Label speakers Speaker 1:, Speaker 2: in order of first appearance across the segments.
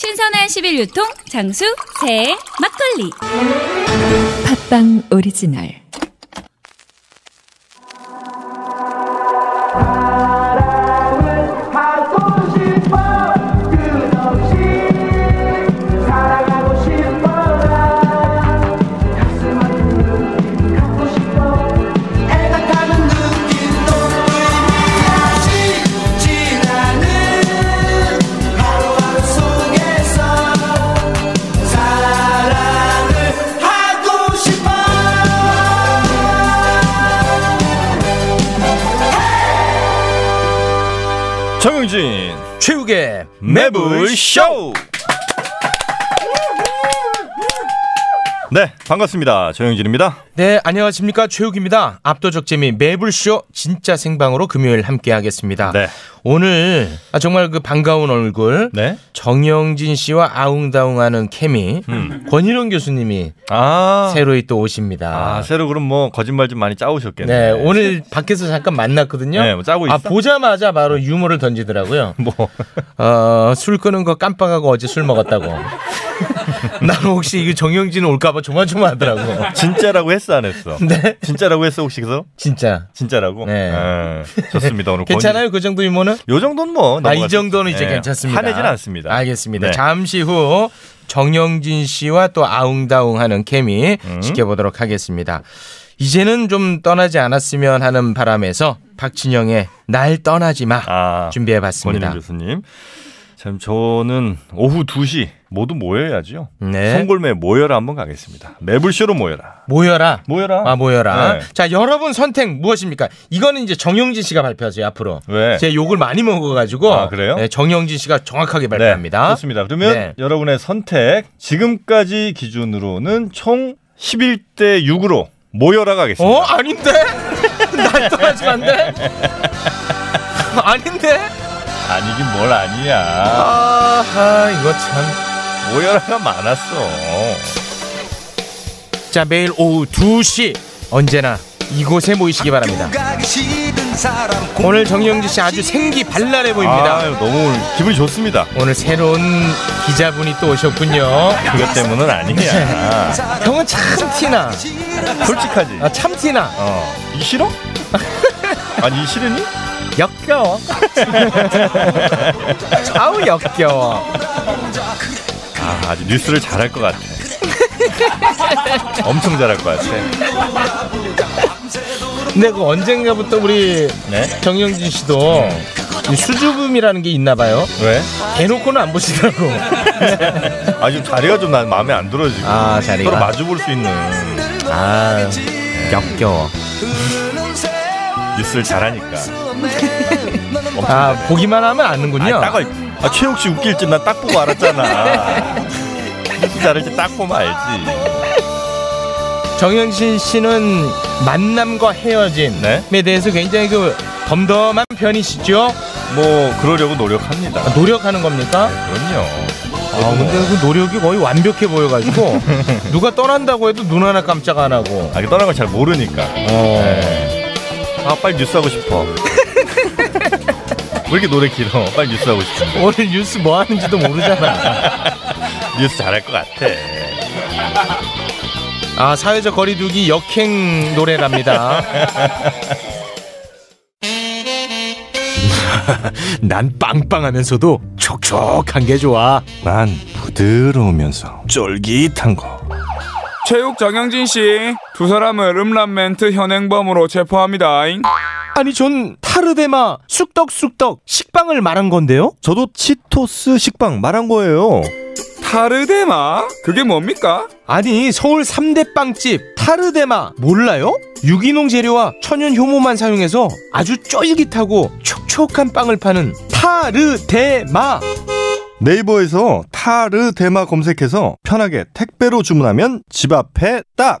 Speaker 1: 신선한 11 유통 장수 새 막걸리.
Speaker 2: 팟빵 오리지널
Speaker 3: 하고 싶어 끝없이 살아가고 싶어 나 가슴 아픈 느낌 갖고 싶어 애가 타는 느낌도 다시 지나는 하루하루 속에서 사랑을 하고 싶어
Speaker 4: 정영진
Speaker 5: 최욱의
Speaker 4: 매불쇼 네 반갑습니다 정영진입니다
Speaker 5: 네 안녕하십니까 최욱입니다 압도적 재미 매불쇼 진짜 생방으로 금요일 함께 하겠습니다
Speaker 4: 네.
Speaker 5: 오늘 아, 정말 그 반가운 얼굴
Speaker 4: 네.
Speaker 5: 정영진 씨와 아웅다웅하는 케미 권일원 교수님이
Speaker 4: 음. 아,
Speaker 5: 새로이 또 오십니다
Speaker 4: 아 새로 그럼 뭐 거짓말 좀 많이 짜오셨겠네
Speaker 5: 네, 오늘 밖에서 잠깐 만났거든요.
Speaker 4: 네, 뭐 짜고
Speaker 5: 아,
Speaker 4: 있어?
Speaker 5: 보자마자 바로 유머를 던지더라고요.
Speaker 4: 뭐
Speaker 5: 어, 술 끄는 거 깜빡하고 어제 술 먹었다고. 나는 혹시 이거 정영진 올까봐 조마조마하더라고.
Speaker 4: 진짜라고 했어 안 했어
Speaker 5: 네.
Speaker 4: 진짜라고 했어 혹시 그래서
Speaker 5: 진짜.
Speaker 4: 진짜라고
Speaker 5: 네.
Speaker 4: 아, 좋습니다 오늘
Speaker 5: 괜찮아요? 그 정도 유머는?
Speaker 4: 권유- 요 정도는 뭐
Speaker 5: 아, 이
Speaker 4: 넘어갈
Speaker 5: 정도는
Speaker 4: 수-
Speaker 5: 이제
Speaker 4: 네,
Speaker 5: 괜찮습니다.
Speaker 4: 화내진 않습니다
Speaker 5: 알겠습니다.
Speaker 4: 네.
Speaker 5: 잠시 후 정영진 씨와 또 아웅다웅 하는 케미
Speaker 4: 음.
Speaker 5: 지켜보도록 하겠습니다. 이제는 좀 떠나지 않았으면 하는 바람에서 박진영의 날 떠나지 마
Speaker 4: 아,
Speaker 5: 준비해
Speaker 4: 권일원
Speaker 5: 봤습니다.
Speaker 4: 교수님 참 저는 오후 2시 모두 모여야죠
Speaker 5: 네.
Speaker 4: 성골매 모여라 한번 가겠습니다 매불쇼로 모여라
Speaker 5: 모여라.
Speaker 4: 모여라.
Speaker 5: 아, 모여라.
Speaker 4: 네.
Speaker 5: 자, 여러분 선택 무엇입니까? 이거는 이제 정영진 씨가 발표하세요, 앞으로.
Speaker 4: 왜?
Speaker 5: 제 욕을 많이 먹어가지고.
Speaker 4: 아, 그래요?
Speaker 5: 네, 정영진 씨가 정확하게
Speaker 4: 네,
Speaker 5: 발표합니다.
Speaker 4: 좋습니다. 그러면
Speaker 5: 네.
Speaker 4: 여러분의 선택 지금까지 기준으로는 총 11대 6으로 모여라 가겠습니다.
Speaker 5: 어? 아닌데? 날 떠나지 않네? 아닌데?
Speaker 4: 아니긴 뭘 아니야.
Speaker 5: 아하, 이거 참.
Speaker 4: 모여라가 많았어.
Speaker 5: 자, 매일 오후 2시. 언제나 이곳에 모이시기 바랍니다. 오늘 정영진 씨 아주 생기 발랄해 보입니다.
Speaker 4: 아, 너무 오늘 기분이 좋습니다.
Speaker 5: 오늘 새로운 기자분이 또 오셨군요.
Speaker 4: 그것 때문은 아니야.
Speaker 5: 형은 참 티나.
Speaker 4: 솔직하지.
Speaker 5: 네. 아, 참 티나.
Speaker 4: 어. 이 싫어? 아니 이 싫으니?
Speaker 5: 역겨워. 아우 역겨워.
Speaker 4: 아, 아주 뉴스를 잘할 것 같아. 엄청 잘할 것 같아.
Speaker 5: 근데 그 언젠가부터 우리
Speaker 4: 네?
Speaker 5: 정영진 씨도 이 수줍음이라는 게 있나 봐요.
Speaker 4: 왜?
Speaker 5: 대놓고는 안 보시더라고.
Speaker 4: 아 지금 자리가 좀 난 마음에 안 들어 지금.
Speaker 5: 아, 자리가.
Speaker 4: 서로 마주 볼 수 있는.
Speaker 5: 아 역겨워.
Speaker 4: 뉴스를 잘하니까.
Speaker 5: 아 보기만 하면 아는군요.
Speaker 4: 아, 딱 알- 아, 최욱 씨 웃길 줄 난 딱 보고 알았잖아. 뉴스 잘할 때 딱 보면 알지.
Speaker 5: 정영진 씨는 만남과 헤어짐에 대해서 굉장히 그 덤덤한 편이시죠?
Speaker 4: 뭐 그러려고 노력합니다.
Speaker 5: 아, 노력하는 겁니까?
Speaker 4: 그럼요.
Speaker 5: 아, 근데 그 노력이 거의 완벽해 보여가지고 누가 떠난다고 해도 눈 하나 깜짝 안 하고.
Speaker 4: 아, 이게 떠난 걸 잘 모르니까.
Speaker 5: 어.
Speaker 4: 네. 아 빨리 뉴스 하고 싶어. 왜 이렇게 노래 길어? 빨리 뉴스 하고 싶은데.
Speaker 5: 오늘 뉴스 뭐 하는지도 모르잖아.
Speaker 4: 뉴스 잘할 것 같아.
Speaker 5: 아, 사회적 거리두기 역행 노래랍니다. 난 빵빵하면서도 촉촉한 게 좋아.
Speaker 4: 난 부드러우면서 쫄깃한 거.
Speaker 6: 체육 정영진 씨, 두 사람을 음란멘트 현행범으로 체포합니다.
Speaker 5: 아니, 전 타르데마 쑥떡쑥떡 식빵을 말한 건데요.
Speaker 4: 저도 치토스 식빵 말한 거예요.
Speaker 6: 타르데마? 그게 뭡니까?
Speaker 5: 아니, 서울 3대 빵집 타르데마 몰라요? 유기농 재료와 천연 효모만 사용해서 아주 쫄깃하고 촉촉한 빵을 파는 타르데마.
Speaker 4: 네이버에서 타르 데마 검색해서 편하게 택배로 주문하면 집 앞에 딱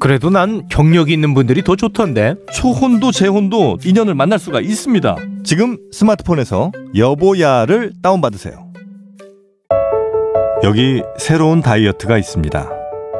Speaker 5: 그래도 난 경력이 있는 분들이 더 좋던데.
Speaker 4: 초혼도 재혼도 인연을 만날 수가 있습니다. 지금 스마트폰에서 여보야를 다운받으세요. 여기 새로운 다이어트가 있습니다.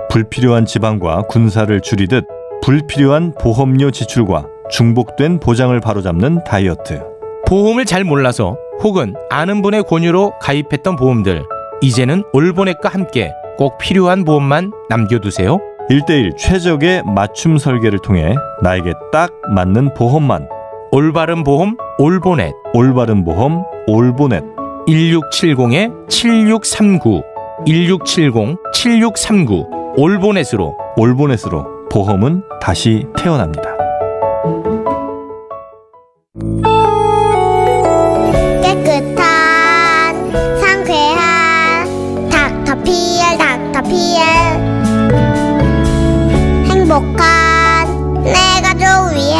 Speaker 4: 불필요한 지방과 군사를 줄이듯 불필요한 보험료 지출과 중복된 보장을 바로잡는 다이어트.
Speaker 5: 보험을 잘 몰라서 혹은 아는 분의 권유로 가입했던 보험들 이제는 올보넷과 함께 꼭 필요한 보험만 남겨두세요.
Speaker 4: 1대1 최적의 맞춤 설계를 통해 나에게 딱 맞는 보험만
Speaker 5: 올바른 보험 올보넷
Speaker 4: 올바른 보험 올보넷
Speaker 5: 1670에 7639 1670 7639 올보넷으로
Speaker 4: 올보넷으로 보험은 다시 태어납니다.
Speaker 7: 깨끗한 상쾌한 닥터피엘 닥터피엘 행복한 내 가족 위해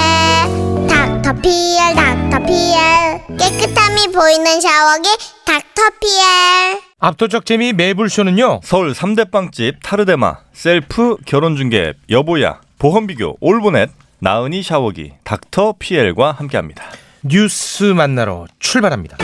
Speaker 7: 닥터피엘 닥터피엘 깨끗함이 보이는 샤워기 닥터피엘
Speaker 5: 압도적 재미 매불쇼는요.
Speaker 4: 서울 3대 빵집 타르데마, 셀프 결혼중개 여보야, 보험비교 올보넷, 나은이 샤워기, 닥터 피엘과 함께합니다.
Speaker 5: 뉴스 만나러 출발합니다.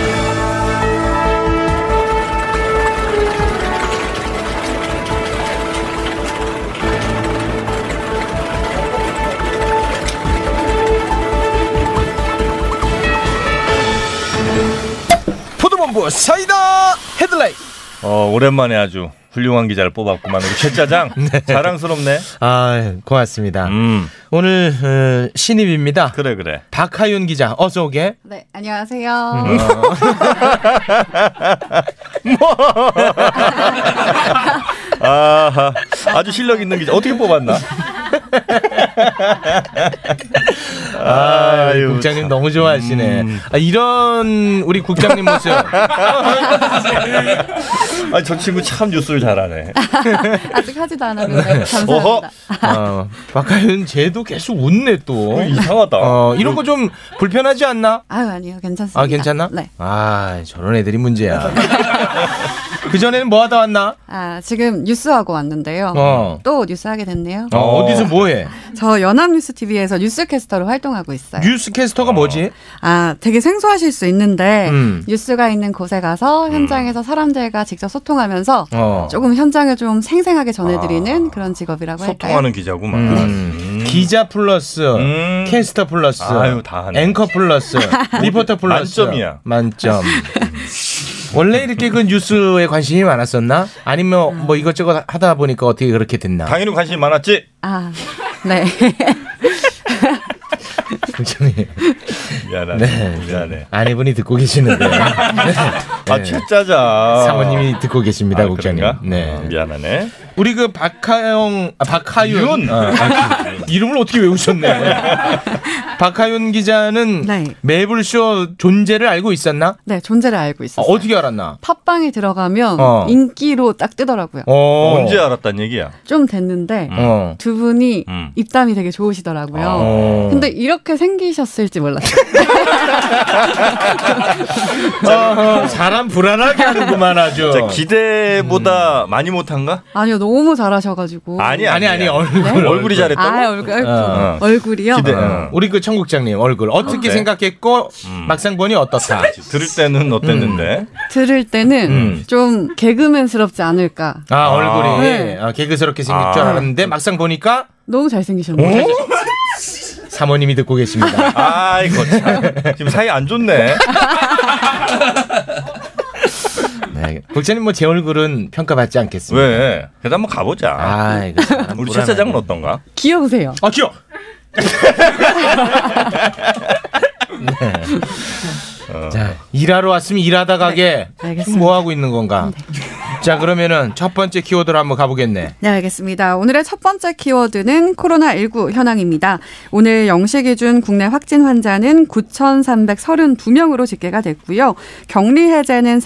Speaker 5: 포도본부 사이다 헤드라인
Speaker 4: 어, 오랜만에 아주 훌륭한 기자를 뽑았구만 우리 최짜장 자랑스럽네.
Speaker 5: 아 고맙습니다
Speaker 4: 음
Speaker 5: 오늘 어, 신입입니다
Speaker 4: 그래 그래.
Speaker 5: 박하윤 기자 어서 오게
Speaker 3: 네, 안녕하세요.
Speaker 4: 아하 아주 실력 있는 기자 어떻게 뽑았나? 아유, 음.
Speaker 5: 국장님 너무 좋아하시네 아, 이런 우리 국장님 모습
Speaker 4: 아, 저 친구 참 뉴스를 잘하네.
Speaker 3: 아직 하지도 않았는데
Speaker 4: 네.
Speaker 3: 감사합니다.
Speaker 4: 어허.
Speaker 5: 어, 박하윤 쟤도 계속 웃네 또
Speaker 4: 이상하다.
Speaker 5: 어, 이런 거 좀 불편하지 않나?
Speaker 3: 아유 아니요 괜찮습니다.
Speaker 5: 아 괜찮나?
Speaker 3: 네.
Speaker 5: 아 저런 애들이 문제야. 그 전에는 뭐 하다 왔나?
Speaker 3: 아 지금 뉴스 하고 왔는데요.
Speaker 5: 어.
Speaker 3: 또 뉴스 하게 됐네요.
Speaker 5: 어, 어디서 뭐해?
Speaker 3: 저 연합뉴스 TV에서 뉴스캐스터로 활동하고 있어요.
Speaker 5: 뉴스캐스터가 뭐지?
Speaker 3: 아 되게 생소하실 수 있는데
Speaker 5: 음.
Speaker 3: 뉴스가 있는 곳에 가서 현장에서 사람들과 직접 소통하면서
Speaker 5: 어.
Speaker 3: 조금 현장을 좀 생생하게 전해드리는 그런 직업이라고 할까요?
Speaker 4: 소통하는 기자구만.
Speaker 5: 음. 기자 플러스
Speaker 4: 음.
Speaker 5: 캐스터 플러스
Speaker 4: 아유, 다 하네.
Speaker 5: 앵커 플러스 리포터 플러스
Speaker 4: 만점이야.
Speaker 5: 만점. 원래 이렇게 그 뉴스에 관심이 많았었나? 아니면
Speaker 3: 음.
Speaker 5: 뭐 이것저것 하다 보니까 어떻게 그렇게 됐나?
Speaker 4: 아. 당연히 관심이 많았지.
Speaker 3: 아 네.
Speaker 5: 굉장히
Speaker 4: 미안하네. 미안해.
Speaker 5: 아내분이 듣고 계시는데 네.
Speaker 4: 아, 최짜자.
Speaker 5: 사모님이 듣고 계십니다,
Speaker 4: 아,
Speaker 5: 국장님.
Speaker 4: 그런가?
Speaker 5: 네.
Speaker 4: 아, 미안하네.
Speaker 5: 우리 그 박하영, 아, 박하윤.
Speaker 4: 윤.
Speaker 5: 아, 아, 이름을 어떻게 외우셨네. 박하윤 기자는
Speaker 3: 네.
Speaker 5: 매불쇼 존재를 알고 있었나?
Speaker 3: 네 존재를 알고
Speaker 5: 아,
Speaker 3: 있었어요.
Speaker 5: 어떻게 알았나?
Speaker 3: 팟빵에 들어가면
Speaker 5: 어.
Speaker 3: 인기로 딱 뜨더라고요.
Speaker 5: 어.
Speaker 4: 언제 알았단 얘기야?
Speaker 3: 좀 됐는데
Speaker 5: 어.
Speaker 3: 두 분이
Speaker 4: 음.
Speaker 3: 입담이 되게 좋으시더라고요.
Speaker 5: 어.
Speaker 3: 근데 이렇게 생기셨을지 몰랐어요.
Speaker 5: 어, 사람 불안하게 하는구만 아주.
Speaker 4: 자, 기대보다 많이 못한가?
Speaker 3: 아니요, 너무 잘하셔가지고.
Speaker 4: 아니,
Speaker 5: 음. 아니, 아니, 얼굴.
Speaker 4: 네? 얼굴이 네. 잘했다고?
Speaker 3: 아, 얼굴, 얼굴.
Speaker 5: 어.
Speaker 3: 얼굴이요?
Speaker 4: 기대.
Speaker 5: 어. 우리 그 청국장님 얼굴 어떻게
Speaker 4: 네. 음.
Speaker 5: 생각했고 막상 보니 어떻다.
Speaker 4: 들을
Speaker 5: 음.
Speaker 4: 때는 어땠는데?
Speaker 3: 들을 때는
Speaker 4: 음.
Speaker 3: 좀 개그맨스럽지 않을까.
Speaker 5: 아 얼굴이
Speaker 3: 네.
Speaker 5: 아, 개그스럽게 생길 줄
Speaker 4: 아.
Speaker 5: 알았는데 막상 보니까
Speaker 3: 너무
Speaker 5: 음.
Speaker 3: 잘생기셨네요.
Speaker 5: 사모님이 듣고 계십니다.
Speaker 4: 어? 아, 이거 참. 지금 사이 안 좋네.
Speaker 5: 네. 국장님 뭐 제 얼굴은 평가받지 않겠습니다.
Speaker 4: 왜? 그래도 한번 가보자.
Speaker 5: 아, 이거 참
Speaker 4: 우리
Speaker 5: 불안하네.
Speaker 4: 최짜장은 어떤가?
Speaker 3: 귀여우세요.
Speaker 5: 아, 귀여. 네. 자, 일하러 왔으면 일하다 가게.
Speaker 3: 알겠습니다.
Speaker 5: 지금 뭐 하고 있는 건가? 자, 그러면은 첫 번째 키워드로 한번 가보겠네.
Speaker 8: 네, 알겠습니다. 오늘의 첫 번째 키워드는 코로나19 현황입니다. 오늘 0시 기준 국내 확진 환자는 9,332명으로 집계가 됐고요. 격리 해제는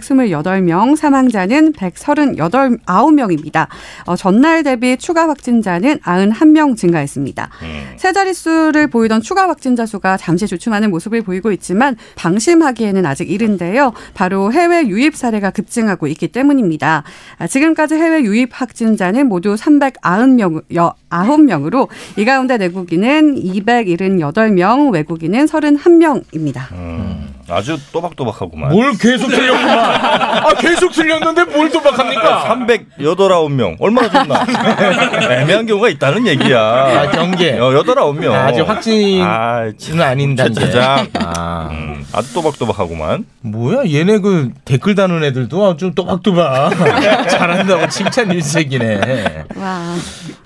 Speaker 8: 4,528명, 사망자는 139명입니다. 어, 전날 대비 추가 확진자는 91명 증가했습니다. 세 자릿수를 보이던 추가 확진자 수가 잠시 주춤하는 모습을 보이고 있지만 방심하기에는 아직 이른데요. 바로 해외 유입 사례가 급증하고 있기 때문입니다. 아, 지금까지 해외 유입 확진자는 모두 390명, 여, 9명으로 이 가운데 내국인은 278명, 외국인은 31명입니다.
Speaker 9: 아주 또박또박하구만.
Speaker 5: 뭘 계속 틀렸구만. 아, 계속 틀렸는데 뭘 도박합니까?
Speaker 9: 389명. 얼마나 좋나. 애매한 경우가 있다는
Speaker 5: 아,
Speaker 9: 얘기야.
Speaker 4: 어.
Speaker 5: 경계.
Speaker 9: 여, 8명.
Speaker 5: 아, 아직 확진은
Speaker 9: 아, 참.
Speaker 5: 아닌단데.
Speaker 9: 최차장.
Speaker 5: 아,
Speaker 9: 음, 아주 또박또박하구만. 아,
Speaker 5: 뭐야 얘네 그 댓글 다는 애들도 아주 또박또박 잘한다고 칭찬 일색이네.
Speaker 8: 와.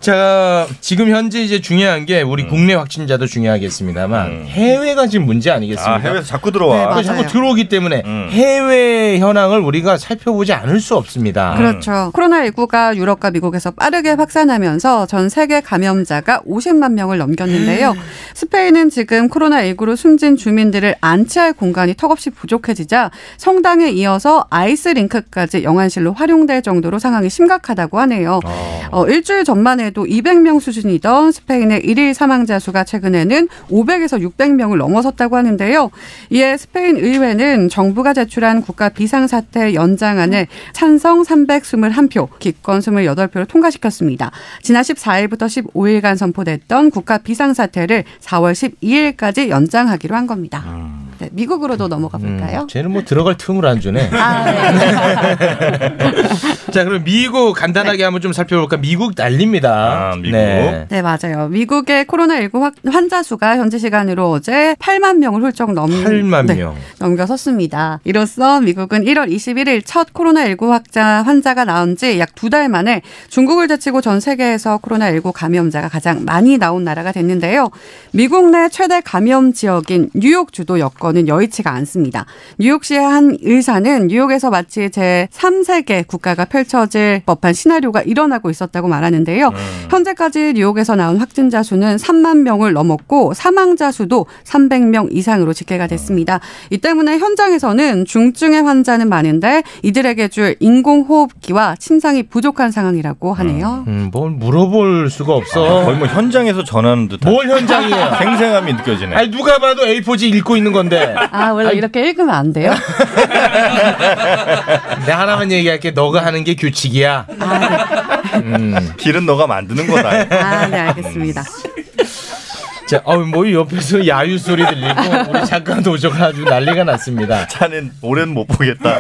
Speaker 5: 자, 지금 현재 이제 중요한 게 우리
Speaker 9: 음.
Speaker 5: 국내 확진자도 중요하겠습니다만 해외가 지금 문제 아니겠습니까?
Speaker 9: 아, 해외에서 자꾸
Speaker 8: 네,
Speaker 9: 들어와.
Speaker 8: 맞아요.
Speaker 5: 그러니까 자꾸 들어오기 때문에
Speaker 9: 음.
Speaker 5: 해외 현황을 우리가 살펴보지 않을 수 없습니다.
Speaker 8: 그렇죠. 코로나19가 유럽과 미국에서 빠르게 확산하면서 전 세계 감염자가 50만 명을 넘겼는데요. 스페인은 지금 코로나19로 숨진 주민들을 안치할 공간이 턱없이 부족해지자 성당에 이어서 아이스링크까지 영안실로 활용될 정도로 상황이 심각하다고 하네요. 어, 일주일 전만 해도 200명 수준이던 스페인의 일일 사망자 수가 최근에는 500에서 600명을 넘어섰다고 하는데요. 이에 스페인 의회는 정부가 제출한 국가 비상사태 연장안을 찬성 321표, 기권 28표로 통과시켰습니다. 지난 14일부터 15일간 선포됐던 국가 비상사태를 4월 12일까지 연장하기로 한 겁니다. 네, 미국으로도 넘어가 볼까요?
Speaker 5: 쟤는 뭐 들어갈 틈을 안 주네.
Speaker 8: 아, 네.
Speaker 5: 자, 그럼 미국 간단하게 한번 좀 살펴볼까? 미국 난립니다.
Speaker 9: 아, 미국.
Speaker 8: 네, 맞아요. 미국의 코로나19 확- 환자 수가 현재 시간으로 어제 8만 명을 훌쩍 넘
Speaker 5: 8만
Speaker 8: 네,
Speaker 5: 명.
Speaker 8: 넘겨섰습니다. 이로써 미국은 1월 21일 첫 코로나19 확자 환자가 나온 지 약 두 달 만에 중국을 제치고 전 세계에서 코로나19 감염자가 가장 많이 나온 나라가 됐는데요. 미국 내 최대 감염 지역인 뉴욕 주도 여건은 여의치가 않습니다. 뉴욕시의 한 의사는 뉴욕에서 마치 제3세계 국가가 펼쳐질 법한 시나리오가 일어나고 있었다고 말하는데요. 현재까지 뉴욕에서 나온 확진자 수는 3만 명을 넘었고 사망자 수도 300명 이상으로 집계가 됐습니다. 이 때문에 현장에서는 중증의 환자는 많은데 이들에게 줄 인공호흡기와 침상이 부족한 상황이라고 하네요.
Speaker 5: 음, 뭘 물어볼 수가 없어.
Speaker 4: 아,
Speaker 9: 거의 뭐 현장에서 전하는 듯한
Speaker 5: 뭘 현장이야?
Speaker 9: 생생함이 느껴지네.
Speaker 5: 아니 누가 봐도 A4지 읽고 있는 건데.
Speaker 8: 아, 원래 이렇게 읽으면 안 돼요?
Speaker 5: 내 하나만 얘기할게. 너가 하는 게 규칙이야.
Speaker 9: 길은 너가 만드는 거다.
Speaker 8: 아, 네, 알겠습니다.
Speaker 5: 자, 어우 뭐 옆에서 야유 소리 들리고 우리 작가 도저가 아주 난리가 났습니다.
Speaker 9: 차는 올해는 못 보겠다.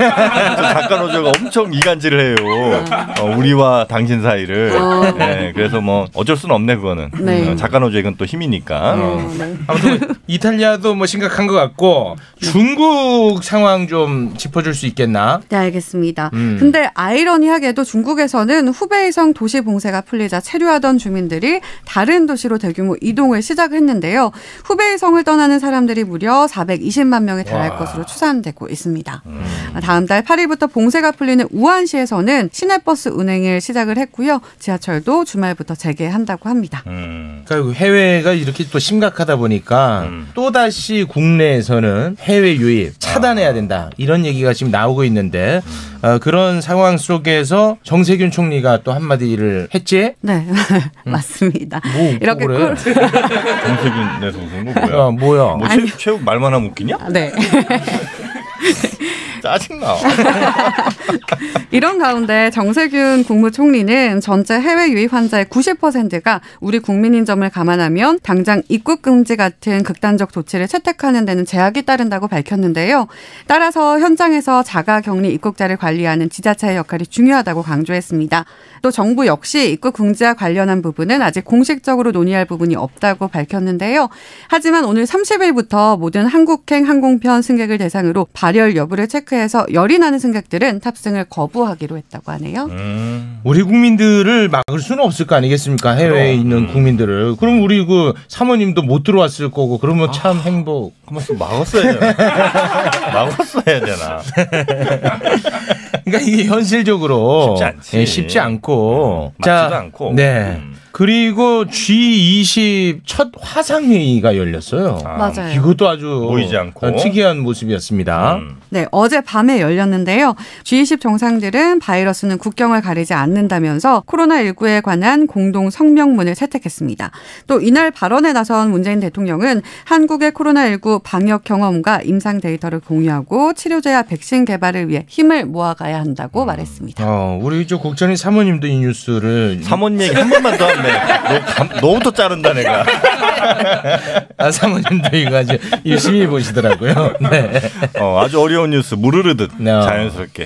Speaker 9: 저 작가 노조가 엄청 이간질을 해요. 어, 우리와 당신 사이를.
Speaker 8: 어.
Speaker 9: 네, 그래서 뭐 어쩔 수는 없네 그거는.
Speaker 8: 네.
Speaker 9: 어, 작가 노조의 건또 힘이니까.
Speaker 4: 음.
Speaker 8: 어,
Speaker 5: 아무튼 이탈리아도 뭐 심각한 것 같고 중국 상황 좀 짚어줄 수 있겠나?
Speaker 8: 네, 알겠습니다. 근데 아이러니하게도 중국에서는 후베이성 도시 봉쇄가 풀리자 체류하던 주민들이 다른 도시로 대규모 이동을 시작했는데요. 후베이성을 떠나는 사람들이 무려 420만 명에 달할 것으로 추산되고 있습니다. 다음 달 8일부터 봉쇄가 풀리는 우한시에서는 시내버스 운행을 시작을 했고요. 지하철도 주말부터 재개한다고 합니다.
Speaker 9: 음.
Speaker 5: 그러니까 해외가 이렇게 또 심각하다 보니까
Speaker 4: 음.
Speaker 5: 또 다시 국내에서는 해외 유입
Speaker 4: 아.
Speaker 5: 차단해야 된다 이런 얘기가 지금 나오고 있는데
Speaker 4: 음.
Speaker 5: 어, 그런 상황 속에서 정세균 총리가 또 한마디를 했지?
Speaker 8: 네, 맞습니다.
Speaker 5: 뭐 웃고 그래?
Speaker 8: 콜-
Speaker 9: 정세균 내 선생님 뭐야?
Speaker 5: 어, 뭐야?
Speaker 9: 뭐 최, 최욱 말만 하면 웃기냐?
Speaker 8: 네.
Speaker 9: 짜증나.
Speaker 8: 이런 가운데 정세균 국무총리는 전체 해외 유입 환자의 90%가 우리 국민인 점을 감안하면 당장 입국 금지 같은 극단적 조치를 채택하는 데는 제약이 따른다고 밝혔는데요. 따라서 현장에서 자가 격리 입국자를 관리하는 지자체의 역할이 중요하다고 강조했습니다. 또 정부 역시 입국 금지와 관련한 부분은 아직 공식적으로 논의할 부분이 없다고 밝혔는데요. 하지만 오늘 30일부터 모든 한국행 항공편 승객을 대상으로 발열 여부를 체크해서 열이 나는 승객들은 탑승을 거부 거부하기로 했다고 하네요.
Speaker 4: 음.
Speaker 5: 우리 국민들을 막을 수는 없을 거 아니겠습니까? 해외에 있는
Speaker 4: 음.
Speaker 5: 국민들을. 그럼 우리 그 사모님도 못 들어왔을 거고 그러면 참 행복.
Speaker 4: 아. 그만 좀 막았어야 되나? 막았어야 되나?
Speaker 5: 그러니까 이게 현실적으로
Speaker 4: 쉽지 않지.
Speaker 5: 예, 쉽지 않고
Speaker 4: 음, 맞지도 않고.
Speaker 5: 네.
Speaker 4: 음.
Speaker 5: 그리고 G20 첫 화상 회의가 열렸어요.
Speaker 8: 맞아요.
Speaker 5: 이것도 아주
Speaker 4: 보이지 않고.
Speaker 5: 특이한 모습이었습니다.
Speaker 4: 음.
Speaker 8: 네, 어제 밤에 열렸는데요. G20 정상들은 바이러스는 국경을 가리지 않는다면서 코로나19에 관한 공동 성명문을 채택했습니다. 또 이날 발언에 나선 문재인 대통령은 한국의 코로나19 방역 경험과 임상 데이터를 공유하고 치료제와 백신 개발을 위해 힘을 모아가야 한다고 말했습니다.
Speaker 5: 어, 우리 저 국전인 사모님도 이 뉴스를
Speaker 4: 사모님 얘기 한 번만 더 하네. 너 감, 너부터 자른다 내가.
Speaker 5: 아, 사모님도 이거 아주 유심히 보시더라고요. 네.
Speaker 4: 어, 아주 어려운 뉴스 무르르듯
Speaker 5: 네.
Speaker 4: 자연스럽게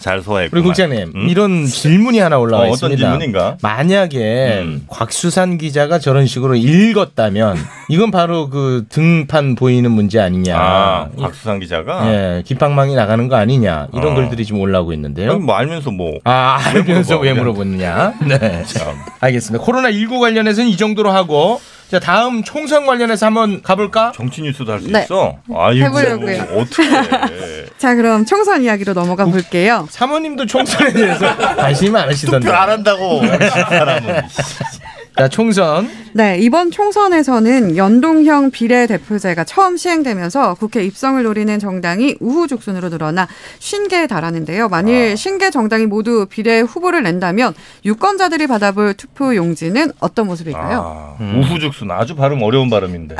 Speaker 4: 잘 소화했고.
Speaker 5: 우리 국장님 이런 질문이 하나 올라와
Speaker 4: 음. 어, 어떤
Speaker 5: 있습니다.
Speaker 4: 질문인가?
Speaker 5: 만약에
Speaker 4: 음.
Speaker 5: 곽수산 기자가 저런 식으로 읽었다면 이건 바로 그 등판 보이는 문제 아니냐.
Speaker 4: 아, 박수상 기자가
Speaker 5: 예, 깃방망이 나가는 거 아니냐 이런
Speaker 4: 어.
Speaker 5: 글들이 지금 올라오고 있는데요.
Speaker 4: 아니, 뭐 알면서 뭐
Speaker 5: 아,
Speaker 4: 왜
Speaker 5: 알면서 왜
Speaker 4: 물어봐?
Speaker 5: 물어보느냐. 네.
Speaker 4: 참.
Speaker 5: 알겠습니다. 코로나19 관련해서는 이 정도로 하고 자, 다음 총선 관련해서 한번 가볼까?
Speaker 4: 정치 뉴스도 할 수
Speaker 8: 네.
Speaker 4: 있어. 아, 이거
Speaker 8: 해보려고요.
Speaker 4: 어떻게?
Speaker 8: 자, 그럼 총선 이야기로 넘어가 볼게요.
Speaker 5: 사모님도 총선에 대해서 관심이 많으시던데.
Speaker 4: 투표 안 한다고 사람은.
Speaker 5: 자, 총선.
Speaker 8: 네, 이번 총선에서는 연동형 비례대표제가 처음 시행되면서 국회 입성을 노리는 정당이 우후죽순으로 늘어나 50개에 달하는데요. 만일
Speaker 4: 아.
Speaker 8: 50개 정당이 모두 비례 후보를 낸다면 유권자들이 받아볼 투표 용지는 어떤 모습일까요?
Speaker 4: 아,
Speaker 5: 음.
Speaker 4: 우후죽순 아주 발음 어려운 발음인데.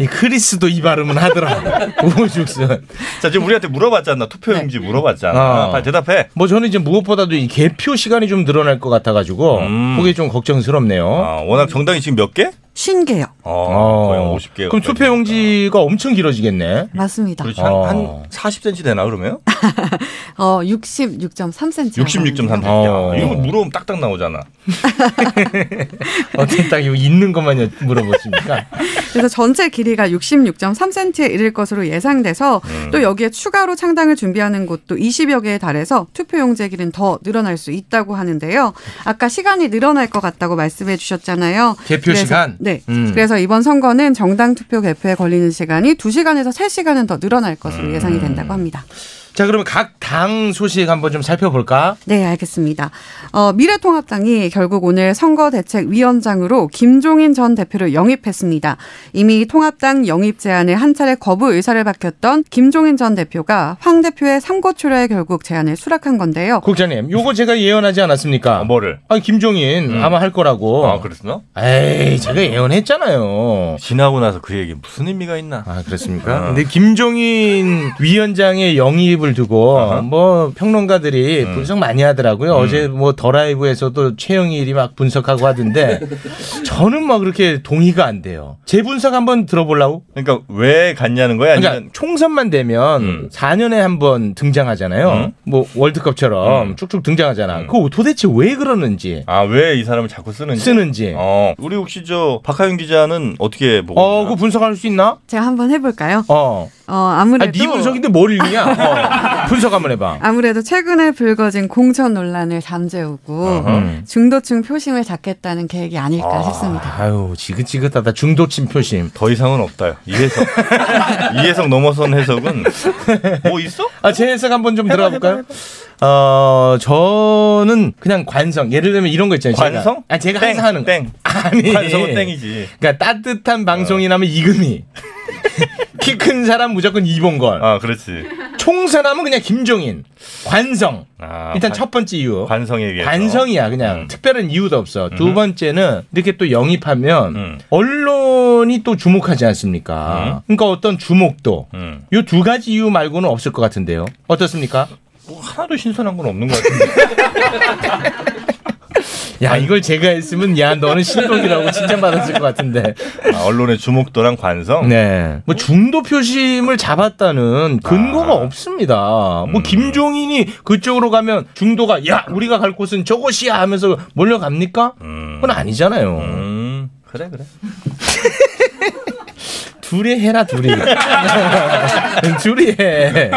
Speaker 5: 이 크리스도 이 발음은 하더라. 우후죽순.
Speaker 4: 자 지금 우리한테 물어봤잖아. 투표용지 물어봤잖아.
Speaker 5: 어.
Speaker 4: 빨리 대답해.
Speaker 5: 뭐 저는 이제 무엇보다도 이 개표 시간이 좀 늘어날 것 같아가지고
Speaker 4: 음.
Speaker 5: 그게 좀 걱정스럽네요.
Speaker 4: 아, 워낙 정당이 지금 몇 개?
Speaker 8: 50개요.
Speaker 4: 어, 거의 한 50개.
Speaker 5: 그럼 투표용지가 엄청 길어지겠네.
Speaker 8: 맞습니다.
Speaker 4: 그렇지
Speaker 5: 어.
Speaker 4: 한, 한 40cm 되나 그러면?
Speaker 8: 어, 66.3cm.
Speaker 4: 66.3cm.
Speaker 5: 어.
Speaker 4: 야, 이거 물어보면 딱딱 나오잖아.
Speaker 5: 어떻게 딱 이거 있는 것만 여- 물어보십니까?
Speaker 8: 그래서 전체 길이가 66.3cm에 이를 것으로 예상돼서
Speaker 5: 음.
Speaker 8: 또 여기에 추가로 창당을 준비하는 곳도 20여 개에 달해서 투표용지의 길은 더 늘어날 수 있다고 하는데요. 아까 시간이 늘어날 것 같다고 말씀해 주셨잖아요.
Speaker 5: 개표
Speaker 8: 그래서-
Speaker 5: 시간?
Speaker 8: 네.
Speaker 5: 음.
Speaker 8: 그래서 이번 선거는 정당 투표 개표에 걸리는 시간이 2시간에서 3시간은 더 늘어날
Speaker 5: 음.
Speaker 8: 것으로 예상이 된다고 합니다.
Speaker 5: 자, 그러면 각 당 소식 한번 좀 살펴볼까?
Speaker 8: 네, 알겠습니다. 어, 미래통합당이 결국 오늘 선거대책위원장으로 김종인 전 대표를 영입했습니다. 이미 통합당 영입 제안에 한 차례 거부 의사를 밝혔던 김종인 전 대표가 황 대표의 삼고 출하에 결국 제안을 수락한 건데요.
Speaker 5: 국장님, 요거 제가 예언하지 않았습니까?
Speaker 4: 아, 뭐를?
Speaker 5: 아, 김종인 아마 할 거라고.
Speaker 4: 아, 그랬나?
Speaker 5: 에이, 제가 예언했잖아요.
Speaker 4: 지나고 나서 그 얘기 무슨 의미가 있나?
Speaker 5: 아 그렇습니까? 근데 김종인 위원장의 영입을 두고 뭐 평론가들이 분석 많이 하더라고요. 어제 뭐 더라이브에서도 최영일이 막 분석하고 하던데 저는 막 그렇게 동의가 안 돼요. 제 분석 한번 들어보려고.
Speaker 4: 그러니까 왜 갔냐는 거야?
Speaker 5: 그러니까
Speaker 4: 아니면
Speaker 5: 총선만 되면
Speaker 4: 음.
Speaker 5: 4년에 한 번 등장하잖아요.
Speaker 4: 음.
Speaker 5: 뭐 월드컵처럼 쭉쭉 등장하잖아. 그거 도대체 왜 그러는지
Speaker 4: 아, 왜 이 사람을 자꾸 쓰는지?
Speaker 5: 쓰는지. 어,
Speaker 4: 어. 우리 혹시 저 박하윤 기자는 어떻게 보고 있나?
Speaker 5: 그거 분석할 수 있나?
Speaker 8: 제가 한번 해볼까요?
Speaker 5: 어.
Speaker 8: 어, 아무래도.
Speaker 5: 아, 네 분석인데 뭘 읽냐? 어. 분석 한번 해봐.
Speaker 8: 아무래도 최근에 불거진 공천 논란을 잠재우고
Speaker 5: 어허.
Speaker 8: 중도층 표심을 잡겠다는 계획이 아닐까 싶습니다.
Speaker 5: 아유 지긋지긋하다 중도침 표심
Speaker 4: 더 이상은 없다요. 이해석. 이해석 넘어선 해석은 뭐 있어?
Speaker 5: 아 제 해석 한번 좀 들어볼까요? 어 저는 그냥 관성 예를 들면 이런 거 있잖아요 제가.
Speaker 4: 관성?
Speaker 5: 아 제가
Speaker 4: 땡,
Speaker 5: 항상 하는 거
Speaker 4: 땡.
Speaker 5: 아니
Speaker 4: 관성은 땡이지.
Speaker 5: 그러니까 따뜻한 방송인하면 이금희 키 큰 사람 무조건 이봉걸
Speaker 4: 아, 그렇지.
Speaker 5: 총선하면 그냥 김종인 관성
Speaker 4: 아,
Speaker 5: 일단
Speaker 4: 관- 음.
Speaker 5: 첫 번째 이유
Speaker 4: 관성에 의해서.
Speaker 5: 관성이야 그냥 특별한 이유도 없어 두 번째는 이렇게 또 영입하면
Speaker 4: 음.
Speaker 5: 언론이 또 주목하지 않습니까 그러니까 어떤 주목도
Speaker 4: 음.
Speaker 5: 요 두 가지 이유 말고는 없을 것 같은데요 어떻습니까
Speaker 4: 뭐 하나도 신선한 건 없는 것 같은데.
Speaker 5: 야 이걸 제가 했으면 야 너는 신동이라고 칭찬받았을 것 같은데
Speaker 4: 아, 언론의 주목도랑 관성.
Speaker 5: 네뭐 중도 표심을 잡았다는 근거가
Speaker 4: 아. 음.
Speaker 5: 없습니다 뭐 김종인이 그쪽으로 가면 중도가 야 우리가 갈 곳은 저곳이야 하면서 몰려갑니까
Speaker 4: 음.
Speaker 5: 그건 아니잖아요
Speaker 4: 음. 그래 그래.
Speaker 5: 둘이 해라 둘이. 둘이 해.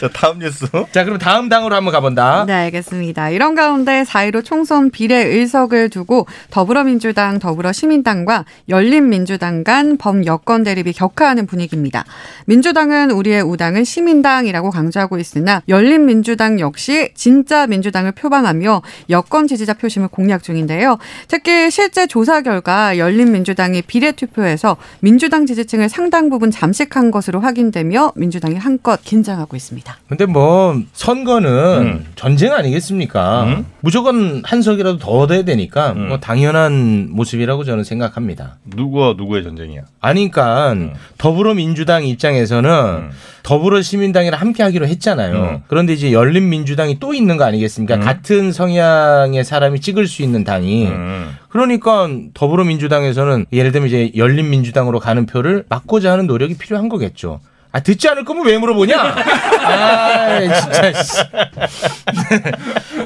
Speaker 4: 자 다음 뉴스.
Speaker 5: 자 그럼 다음 당으로 한번 가본다.
Speaker 8: 네, 알겠습니다. 이런 가운데 4.15 총선 비례 의석을 두고 더불어민주당, 더불어시민당과 열린민주당 간 범여권 대립이 격화하는 분위기입니다. 민주당은 우리의 우당은 시민당이라고 강조하고 있으나 열린민주당 역시 진짜 민주당을 표방하며 여권 지지자 표심을 공략 중인데요. 특히 실제 조사 결과 열린민주당이 비례 투표에서 민주당 지지층을 상당 부분 잠식한 것으로 확인되며 민주당이 한껏 긴장하고 있습니다.
Speaker 5: 근데 뭐 선거는
Speaker 4: 음.
Speaker 5: 전쟁 아니겠습니까?
Speaker 4: 음.
Speaker 5: 무조건 한 석이라도 더 얻어야 되니까 뭐 당연한 모습이라고 저는 생각합니다.
Speaker 4: 누구와 누구의 전쟁이야?
Speaker 5: 아니 그러니까
Speaker 4: 음.
Speaker 5: 더불어민주당 입장에서는 더불어시민당이랑 함께하기로 했잖아요.
Speaker 4: 음.
Speaker 5: 그런데 이제 열린민주당이 또 있는 거 아니겠습니까? 같은 성향의 사람이 찍을 수 있는 당이
Speaker 4: 음.
Speaker 5: 그러니까 더불어민주당에서는 예를 들면 이제 열린민주당으로 가는 표를 막고자 하는 노력이 필요한 거겠죠. 아 듣지 않을 거면 왜 물어보냐? 아 진짜. 씨.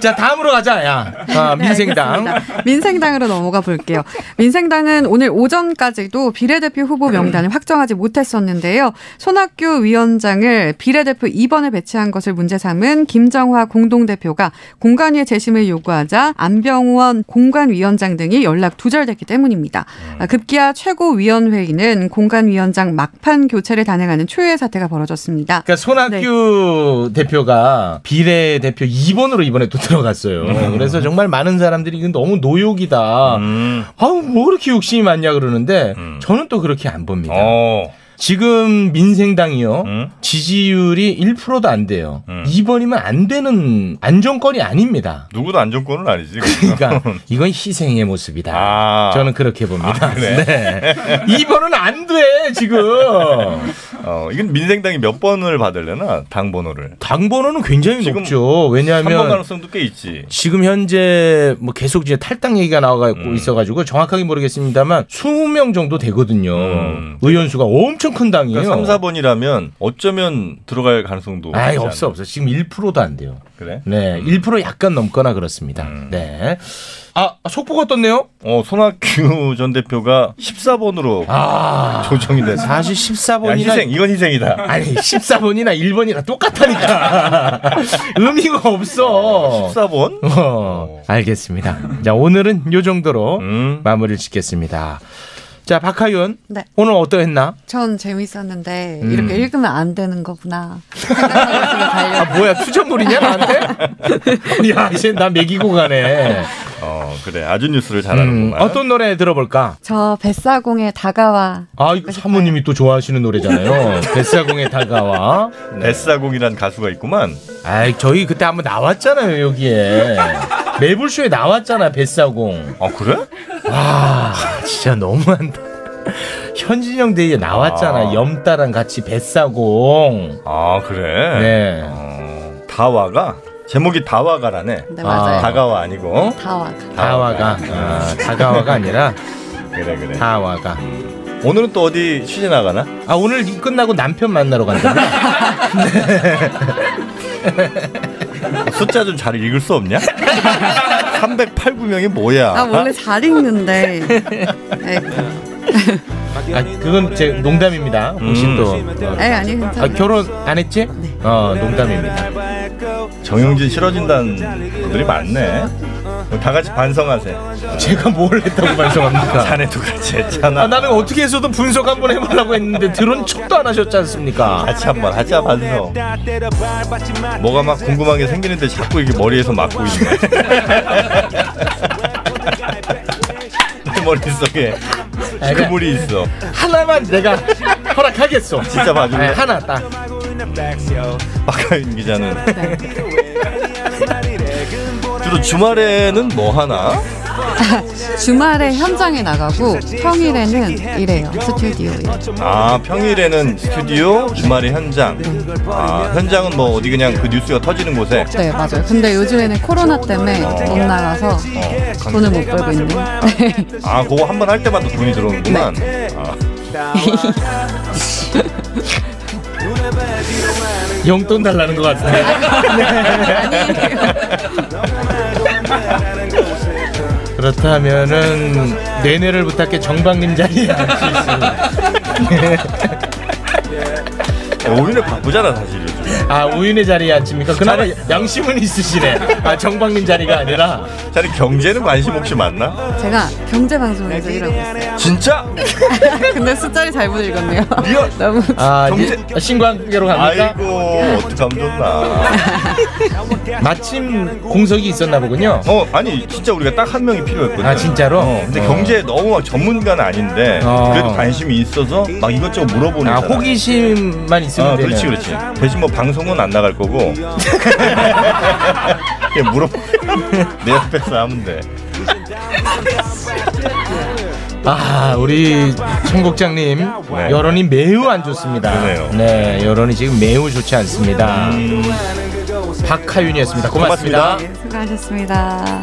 Speaker 5: 자 다음으로 가자. 야 아,
Speaker 8: 네,
Speaker 5: 민생당.
Speaker 8: 알겠습니다. 민생당으로 넘어가 볼게요. 민생당은 오늘 오전까지도 비례대표 후보 명단을 확정하지 못했었는데요. 손학규 위원장을 비례대표 2번에 배치한 것을 문제 삼은 김정화 공동대표가 공관위의 재심을 요구하자 안병원 공관위원장 등이 연락 두절됐기 때문입니다. 아, 급기야 최고위원회의는 공관위원장 막판 교체를 단행하는 초유의 사태가 벌어졌습니다.
Speaker 5: 그러니까 손학규
Speaker 4: 네.
Speaker 5: 대표가 비례 대표 2번으로 이번에 또 들어갔어요. 그래서 정말 많은 사람들이 이건 너무 노욕이다.
Speaker 4: 네. 음.
Speaker 5: 아우 뭐 그렇게 욕심이 많냐 그러는데
Speaker 4: 음.
Speaker 5: 저는 또 그렇게 안 봅니다.
Speaker 4: 어.
Speaker 5: 지금 민생당이요
Speaker 4: 음.
Speaker 5: 지지율이 1%도 안 돼요.
Speaker 4: 음.
Speaker 5: 2번이면 안 되는 안정권이 아닙니다.
Speaker 4: 누구도 안정권은 아니지.
Speaker 5: 그러니까 이건 희생의 모습이다.
Speaker 4: 아.
Speaker 5: 저는 그렇게 봅니다.
Speaker 4: 아, 그래?
Speaker 5: 네. 2번은 안 돼, 지금.
Speaker 4: 어, 이건 민생당이 몇 번을 받으려나 당 번호를.
Speaker 5: 당 번호는 굉장히
Speaker 4: 지금
Speaker 5: 높죠.
Speaker 4: 3번
Speaker 5: 왜냐하면
Speaker 4: 가능성도 꽤 있지.
Speaker 5: 지금 현재 뭐 계속 이제 탈당 얘기가 나와가고
Speaker 4: 음.
Speaker 5: 있어가지고 정확하게 모르겠습니다만 20명 정도 되거든요.
Speaker 4: 음.
Speaker 5: 의원 수가 엄청 큰 당이에요.
Speaker 4: 그러니까 3, 4번이라면 어쩌면 들어갈 가능성도
Speaker 5: 아이
Speaker 4: 있지 않나? 음.
Speaker 5: 없어 없어. 지금 1%도 안 돼요.
Speaker 4: 그래?
Speaker 5: 네, 1% 약간 넘거나 그렇습니다.
Speaker 4: 음.
Speaker 5: 네. 아 속보가 떴네요.
Speaker 4: 어, 손학규 전 대표가 14번으로
Speaker 5: 아
Speaker 4: 조정이 됐어.
Speaker 5: 사실
Speaker 4: 야,
Speaker 5: 14번이나
Speaker 4: 희생. 이건 희생이다.
Speaker 5: 아니 14번이나 1번이나 똑같다니까 의미가 아. 없어.
Speaker 4: 14번?
Speaker 5: 어, 알겠습니다. 자, 오늘은 요 정도로
Speaker 4: 음.
Speaker 5: 마무리를 짓겠습니다. 자, 박하윤.
Speaker 8: 네.
Speaker 5: 오늘 어떠했나?
Speaker 8: 전 재밌었는데
Speaker 5: 음.
Speaker 8: 이렇게 읽으면 안 되는 거구나.
Speaker 5: 아, 뭐야, 투정물이냐, 나한테? 야, 이제 나 먹이고 가네.
Speaker 4: 어, 그래. 아주 뉴스를
Speaker 5: 음,
Speaker 4: 잘하는구나.
Speaker 5: 어떤 노래 들어볼까?
Speaker 8: 저 뱃사공의 다가와
Speaker 5: 아, 이거 사모님이 또 좋아하시는 노래잖아요. 뱃사공에 다가와.
Speaker 4: S사공이란 네. 가수가 있구만.
Speaker 5: 아이, 저희 그때 한번 나왔잖아요, 여기에. 매불쇼에 나왔잖아, 뱃사공.
Speaker 4: 아, 그래?
Speaker 5: 와, 진짜 너무한다. 현진영 대회에 나왔잖아.
Speaker 4: 아.
Speaker 5: 염따랑 같이 뱃사공.
Speaker 4: 아, 그래?
Speaker 5: 네.
Speaker 4: 어, 다와가? 제목이 다와가라네.
Speaker 5: 아.
Speaker 8: 네 맞아요.
Speaker 4: 다가와 아니고.
Speaker 8: 다와
Speaker 5: 다와가. 아, 다가와가 아니라
Speaker 4: 그래, 그래.
Speaker 5: 다와가.
Speaker 4: 오늘은 또 어디 취재 나가나?
Speaker 5: 아, 오늘 이- 끝나고 남편 만나러 간다.
Speaker 4: 숫자 좀 잘 읽을 수 없냐? 308구명이 뭐야?
Speaker 8: 아 원래 잘 읽는데 에,
Speaker 5: 아, 그건 제 농담입니다. 혹시
Speaker 4: 음. 네.
Speaker 5: 또.
Speaker 8: 에
Speaker 5: 어,
Speaker 8: 아니
Speaker 5: 아,
Speaker 8: 괜찮아요.
Speaker 5: 결혼 안 했지? 어, 농담입니다.
Speaker 4: 정영진 싫어진다는 분들이 많네. 다 같이 반성하세요.
Speaker 5: 제가 뭘 했다고 반성합니까?
Speaker 4: 자네도 같이
Speaker 5: 아,
Speaker 4: 했잖아.
Speaker 5: 나는 어떻게 해서든 분석 한번 해보려고 했는데 들은 척도 안 하셨지 않습니까?
Speaker 4: 같이 한번 하자 반성. 뭐가 막 궁금한 게 생기는데 자꾸 이게 머리에서 막고 있네. 내 머릿속에 그물이 있어.
Speaker 5: 아, 그러니까 하나만 내가 허락하겠어.
Speaker 4: 진짜
Speaker 5: 네,
Speaker 4: 봐줄래?
Speaker 5: 하나 딱.
Speaker 4: 박하윤 기자는 주로 주말에는 뭐 하나?
Speaker 8: 주말에 현장에 나가고 평일에는 일해요 스튜디오 일.
Speaker 4: 아 평일에는 스튜디오, 주말에 현장. 아 현장은 뭐 어디 그냥 그 뉴스가 터지는 곳에.
Speaker 8: 네 맞아요. 근데 요즘에는 코로나 때문에 못 나가서
Speaker 4: 어,
Speaker 8: 돈을 못 벌고 있는. 네.
Speaker 4: 아 그거 한 번 할 때마다 돈이 들어오는구만. 아,
Speaker 5: 용돈 달라는 것
Speaker 4: 네.
Speaker 5: 같은데. 그렇다면은 내내를 부탁해 정방님 자리에 앉을 수 있는.
Speaker 4: 오히려 바쁘잖아 사실 요즘.
Speaker 5: 아 우윤의 자리에 앉힙니까? 그나마 양심은 있으시네. 아 정방님 자리가 아니라.
Speaker 4: 자리 경제는 관심 혹시 많나?
Speaker 8: 제가 경제 방송에서 일하고 있어요.
Speaker 4: 진짜?
Speaker 8: 근데 숫자를 잘못 읽었네요.
Speaker 4: 리얼?
Speaker 8: 너무
Speaker 5: 아
Speaker 4: 정제-
Speaker 5: 이제 신관계로 갑니까?
Speaker 4: 아이고 어떡하면 좋나.
Speaker 5: 마침 공석이 있었나 보군요.
Speaker 4: 어 아니 진짜 우리가 딱 한 명이 필요했거든.
Speaker 5: 아 진짜로?
Speaker 4: 근데
Speaker 5: 어.
Speaker 4: 경제에 너무 막 전문가는 아닌데
Speaker 5: 어.
Speaker 4: 그래도 관심이 있어서 막 이것저것 물어보는
Speaker 5: 아
Speaker 4: 사람.
Speaker 5: 호기심만 있으면
Speaker 4: 그렇죠. 아,
Speaker 5: 되는.
Speaker 4: 그렇지 그렇지 대신 뭐 방송은 안 나갈 거고 그냥 물어보 내 옆에서 하면 돼
Speaker 5: 아 우리 청국장님
Speaker 4: 네.
Speaker 5: 여론이 매우 안 좋습니다.
Speaker 4: 그러네요.
Speaker 5: 네 여론이 지금 매우 좋지 않습니다. 박하윤이었습니다. 고맙습니다.
Speaker 4: 고맙습니다.
Speaker 8: 수고하셨습니다.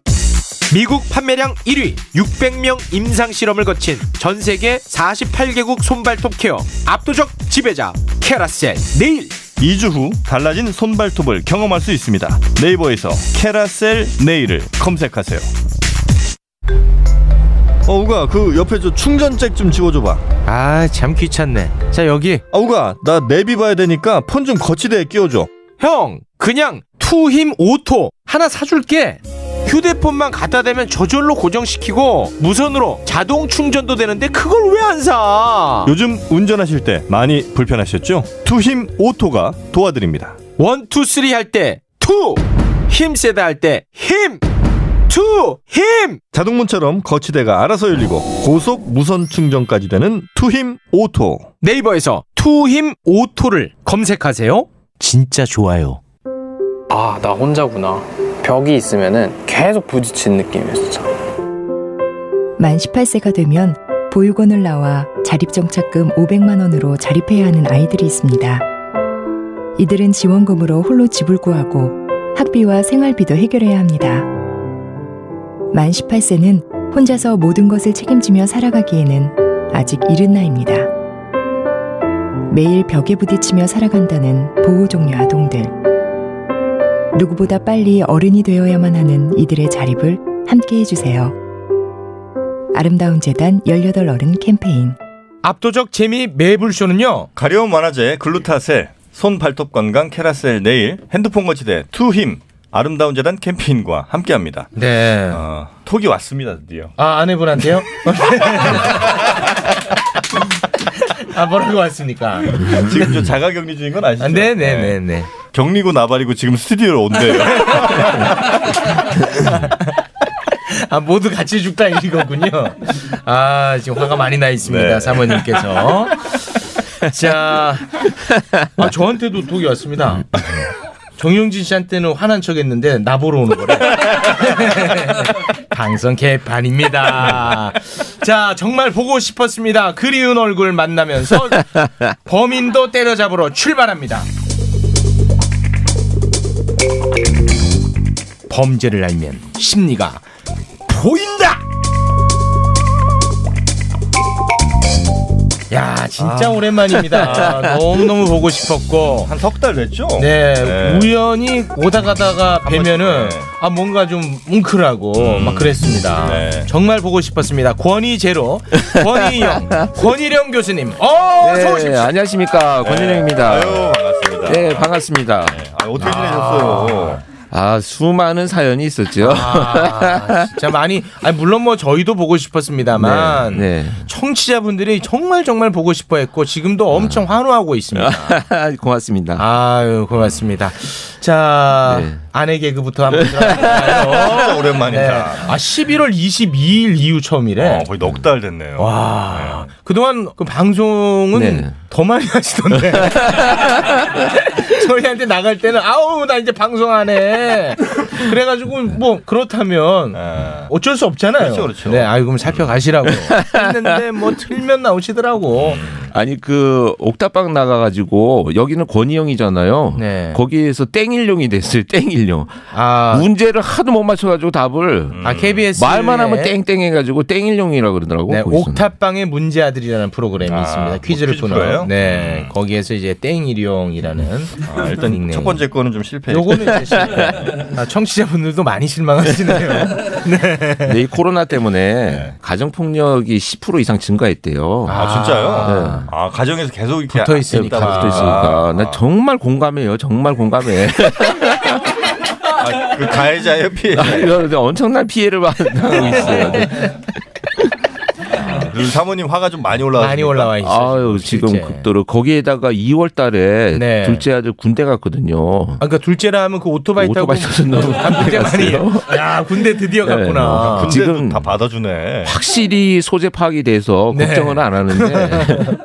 Speaker 3: 미국 판매량 1위 600명 임상실험을 거친 전세계 48개국 손발톱 케어 압도적 지배자 캐라셀 네일
Speaker 9: 2주 후 달라진 손발톱을 경험할 수 있습니다 네이버에서 캐라셀 네일을 검색하세요 어 우가 그 옆에 저 충전잭 좀 지워줘봐
Speaker 3: 아 참 귀찮네 자 여기
Speaker 9: 아 우가 나 내비 봐야 되니까 폰 좀 거치대에 끼워줘
Speaker 3: 형 그냥 투힘 오토 하나 사줄게 휴대폰만 갖다 대면 저절로 고정시키고 무선으로 자동 충전도 되는데 그걸 왜 안 사?
Speaker 9: 요즘 운전하실 때 많이 불편하셨죠? 투힘 오토가 도와드립니다.
Speaker 3: 원, 투, 쓰리 할 때, 투! 힘 세다 할 때, 힘! 투! 힘!
Speaker 9: 자동문처럼 거치대가 알아서 열리고 고속 무선 충전까지 되는 투힘 오토.
Speaker 3: 네이버에서 투힘 오토를 검색하세요. 진짜 좋아요.
Speaker 10: 아, 나 혼자구나. 벽이 있으면은 계속 부딪히는 느낌이에요, 진짜.
Speaker 1: 만 18세가 되면 보육원을 나와 자립정착금 500만 원으로 자립해야 하는 아이들이 있습니다. 이들은 지원금으로 홀로 집을 구하고 학비와 생활비도 해결해야 합니다. 만 18세는 혼자서 모든 것을 책임지며 살아가기에는 아직 이른 나이입니다. 매일 벽에 부딪히며 살아간다는 보호종료 아동들. 누구보다 빨리 어른이 되어야만 하는 이들의 자립을 함께 해주세요. 아름다운 재단 18어른 캠페인
Speaker 5: 압도적 재미 매불쇼는요.
Speaker 4: 가려움 완화제 글루타셀 손 발톱 건강 캐라셀 네일 핸드폰 거치대 투힘 아름다운 재단 캠페인과 함께합니다.
Speaker 5: 네.
Speaker 4: 어, 톡이 왔습니다 드디어.
Speaker 5: 아 아내분한테요? 아 뭐라고 왔습니까?
Speaker 4: 지금 저 자가격리 중인 건 아시죠?
Speaker 5: 아, 네네네네.
Speaker 4: 격리고 나발이고 지금 스튜디오로 온대요.
Speaker 5: 아 모두 같이 죽다 이거군요. 아 지금 화가 많이 나 있습니다
Speaker 4: 네.
Speaker 5: 사모님께서. 자, 아, 저한테도 독이 왔습니다. 정용진 씨한테는 화난 척했는데 나보러 오는 거래. 방송 개판입니다. 자, 정말 보고 싶었습니다. 그리운 얼굴 만나면서 범인도 때려잡으러 출발합니다. 범죄를 알면 심리가 보인다. 야, 진짜 오랜만입니다. 아. 너무 너무 보고 싶었고.
Speaker 4: 한 석 달 됐죠?
Speaker 5: 네,
Speaker 4: 네.
Speaker 5: 우연히 오다 가다가 뵈면은
Speaker 4: 번씩, 네.
Speaker 5: 아 뭔가 좀 뭉클하고 막 그랬습니다.
Speaker 4: 네.
Speaker 5: 정말 보고 싶었습니다. 권희 제로, 권희영, 권희령 교수님, 어, 서
Speaker 11: 네,
Speaker 5: 오십시오.
Speaker 10: 안녕하십니까.
Speaker 5: 네.
Speaker 10: 권윤영입니다.
Speaker 4: 아유 반갑습니다.
Speaker 10: 네, 반갑습니다.
Speaker 4: 아, 어떻게 지내셨어요?
Speaker 10: 아, 수많은 사연이 있었죠.
Speaker 5: 아, 진짜 많이 아니 물론 뭐 저희도 보고 싶었습니다만
Speaker 10: 네.
Speaker 5: 청취자분들이 정말 정말 보고 아. 싶어했고 지금도 엄청 환호하고 있습니다.
Speaker 10: 고맙습니다.
Speaker 5: 아유 고맙습니다. 아, 자,
Speaker 3: 네.
Speaker 5: 아내 개그부터 한번 들어볼까요?
Speaker 4: 오랜만이다.
Speaker 11: 네.
Speaker 4: 어,
Speaker 5: 아, 11월 22일 이후 처음이래.
Speaker 3: 어.
Speaker 4: 거의 넉 달 됐네요.
Speaker 5: 와. 그동안 그 방송은
Speaker 3: 네.
Speaker 5: 더 많이 하시던데. 저희한테 나갈 때는 아우 나 이제 방송 안 해. 그래가지고 뭐
Speaker 4: 네.
Speaker 5: 그렇다면
Speaker 11: 아,
Speaker 5: 어쩔 수 없잖아요.
Speaker 3: 그렇죠, 그렇죠.
Speaker 5: 네, 아유 그럼 살펴가시라고 했는데 뭐 틀면 나오시더라고.
Speaker 3: 음.
Speaker 11: 아니 그 옥탑방 나가가지고 여기는 권희영이잖아요.
Speaker 5: 네.
Speaker 11: 거기에서 땡일룡이 됐을 땡일룡. 문제를 하도 못 맞춰가지고 답을
Speaker 3: 음.
Speaker 5: 아, KBS 네. 에
Speaker 11: 말만 하면 땡땡해가지고 땡일룡이라 그러더라고.
Speaker 5: 네,
Speaker 11: 거기서는.
Speaker 5: 옥탑방의 문제 아들이라는 프로그램이 있습니다. 퀴즈를 푸는.
Speaker 11: 뭐 프로예요? 음.
Speaker 5: 네, 거기에서 이제 땡일용이라는 네.
Speaker 4: 일단 첫 번째 거는 좀 실패.
Speaker 5: 요거는 이제 실패. 아, 청취자분들도 많이 실망하시네요.
Speaker 11: 근데 이 코로나 때문에
Speaker 5: 네.
Speaker 11: 가정 폭력이 10% 이상 증가했대요.
Speaker 4: 아, 진짜요? 아 가정에서 계속 이렇게
Speaker 11: 네. 붙어 있으니까.
Speaker 4: 있다 보니까.
Speaker 11: 붙어 있으니까. 나 정말 공감해요. 정말 공감해.
Speaker 4: 그 가해자예요,
Speaker 11: 아,
Speaker 4: 피해자.
Speaker 11: 엄청난 피해를 받고 있어요.
Speaker 4: 그 사모님 화가 좀 많이 올라와
Speaker 11: 많이 올라와 아유, 지금 극도로 거기에다가 2월 달에
Speaker 5: 네.
Speaker 11: 둘째 아들 군대 갔거든요.
Speaker 5: 아까 둘째라 하면 그 오토바이 타고
Speaker 11: 오토바이 타서 너무
Speaker 5: 군대 많이. 야 군대 드디어 갔구나.
Speaker 11: 네. 지금 다
Speaker 4: 받아주네.
Speaker 11: 확실히 소재 파악이 돼서
Speaker 5: 네.
Speaker 11: 뭐 걱정은 안 하는데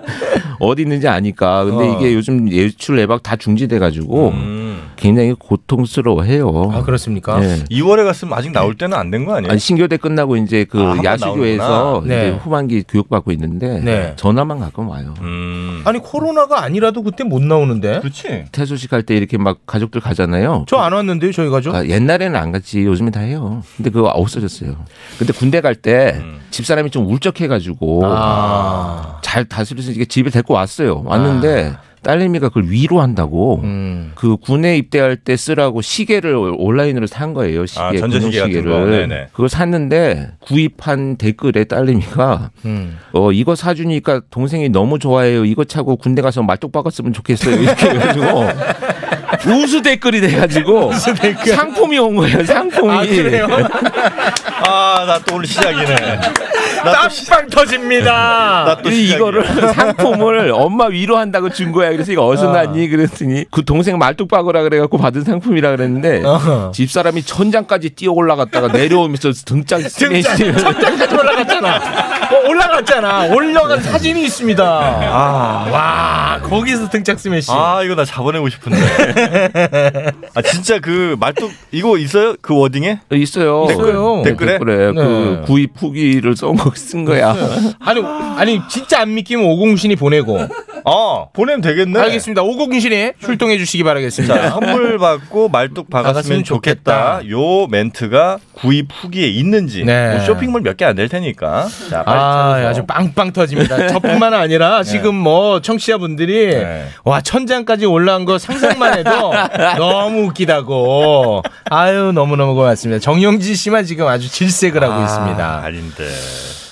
Speaker 11: 어디 있는지 아니까. 근데
Speaker 5: 어.
Speaker 11: 이게 요즘 예출 예박 다 중지돼 가지고
Speaker 4: 음.
Speaker 11: 굉장히 고통스러워해요.
Speaker 5: 아 그렇습니까?
Speaker 11: 네.
Speaker 4: 2월에 갔으면 아직 나올 때는 안 된 거 아니에요?
Speaker 11: 아니, 신교대 끝나고 이제 그
Speaker 4: 아, 한번
Speaker 11: 야수교에서
Speaker 4: 나오는구나. 네.
Speaker 11: 이제 후반기 교육받고 있는데
Speaker 4: 네.
Speaker 11: 전화만 가끔 와요.
Speaker 5: 아니 코로나가 아니라도 그때 못 나오는데.
Speaker 4: 음. 그렇지.
Speaker 11: 퇴소식 할 때 이렇게 막 가족들 가잖아요.
Speaker 5: 저 안 왔는데요 저희 가족.
Speaker 11: 아, 옛날에는 안 갔지 요즘에 다 해요. 근데 그거 없어졌어요. 근데 군대 갈 때 집사람이 좀 울적해가지고
Speaker 5: 아,
Speaker 11: 잘 다스려서 이게 집에 데리고 왔어요. 왔는데
Speaker 4: 아.
Speaker 11: 딸내미가 그걸 위로한다고
Speaker 4: 음.
Speaker 11: 그 군에 입대할 때 쓰라고 시계를 온라인으로 산 거예요. 시계,
Speaker 4: 아, 전자시계
Speaker 11: 군용
Speaker 4: 같은
Speaker 11: 시계를.
Speaker 4: 거. 네네.
Speaker 11: 그걸 샀는데 구입한 댓글에 딸내미가
Speaker 5: 음.
Speaker 11: 어 이거 사주니까 동생이 너무 좋아해요. 이거 차고 군대 가서 말뚝 박았으면 좋겠어요. 이렇게 해가지고 우수 댓글이 돼가지고 상품이 온 거예요. 상품이.
Speaker 4: 아, 그래요? 아, 나 또 오늘 시작이네. 땀빵
Speaker 5: 터집니다.
Speaker 11: 이- 이거를 상품을 엄마 위로한다고 준 거야. 그래서 이거 어디서
Speaker 5: 아.
Speaker 11: 났니? 그랬더니 그 동생 말뚝 박으라 그래갖고 받은 상품이라 그랬는데
Speaker 5: 어허.
Speaker 11: 집사람이 천장까지 뛰어 올라갔다가 내려오면서 등짝
Speaker 5: 등장 천장까지 올라갔잖아. 어, 올라갔잖아. 올라간 사진이 있습니다. 와 거기서 등짝 스매시.
Speaker 4: 아, 이거 나 잡아내고 싶은데. 아, 진짜 그 말뚝 이거 있어요? 그 워딩에?
Speaker 11: 있어요.
Speaker 4: 댓글,
Speaker 11: 있어요.
Speaker 4: 댓글에?
Speaker 11: 댓글에 그 구입 후기를 쓴거쓴 거야.
Speaker 5: 아니 아니 진짜 안 믿기면 오공신이 보내고.
Speaker 4: 어 보내면 되겠네.
Speaker 5: 알겠습니다. 오공신이 출동해 주시기
Speaker 4: 자,
Speaker 5: 바라겠습니다.
Speaker 4: 선물 받고 말뚝 박았으면
Speaker 5: 박았으면
Speaker 4: 좋겠다. 요 멘트가 구입 후기에 있는지.
Speaker 5: 네.
Speaker 4: 뭐 쇼핑몰 몇 개 안 될 테니까. 자, 빨리
Speaker 5: 아,
Speaker 4: 찾아서. 네.
Speaker 5: 아주 빵빵 터집니다. 저뿐만 아니라 지금 뭐 청취자분들이 와 천장까지 올라온 거 상상만 해도 너무 웃기다고. 아유 너무 너무 고맙습니다. 정영진 씨만 지금 아주 질색을 하고 있습니다.
Speaker 4: 아닌데.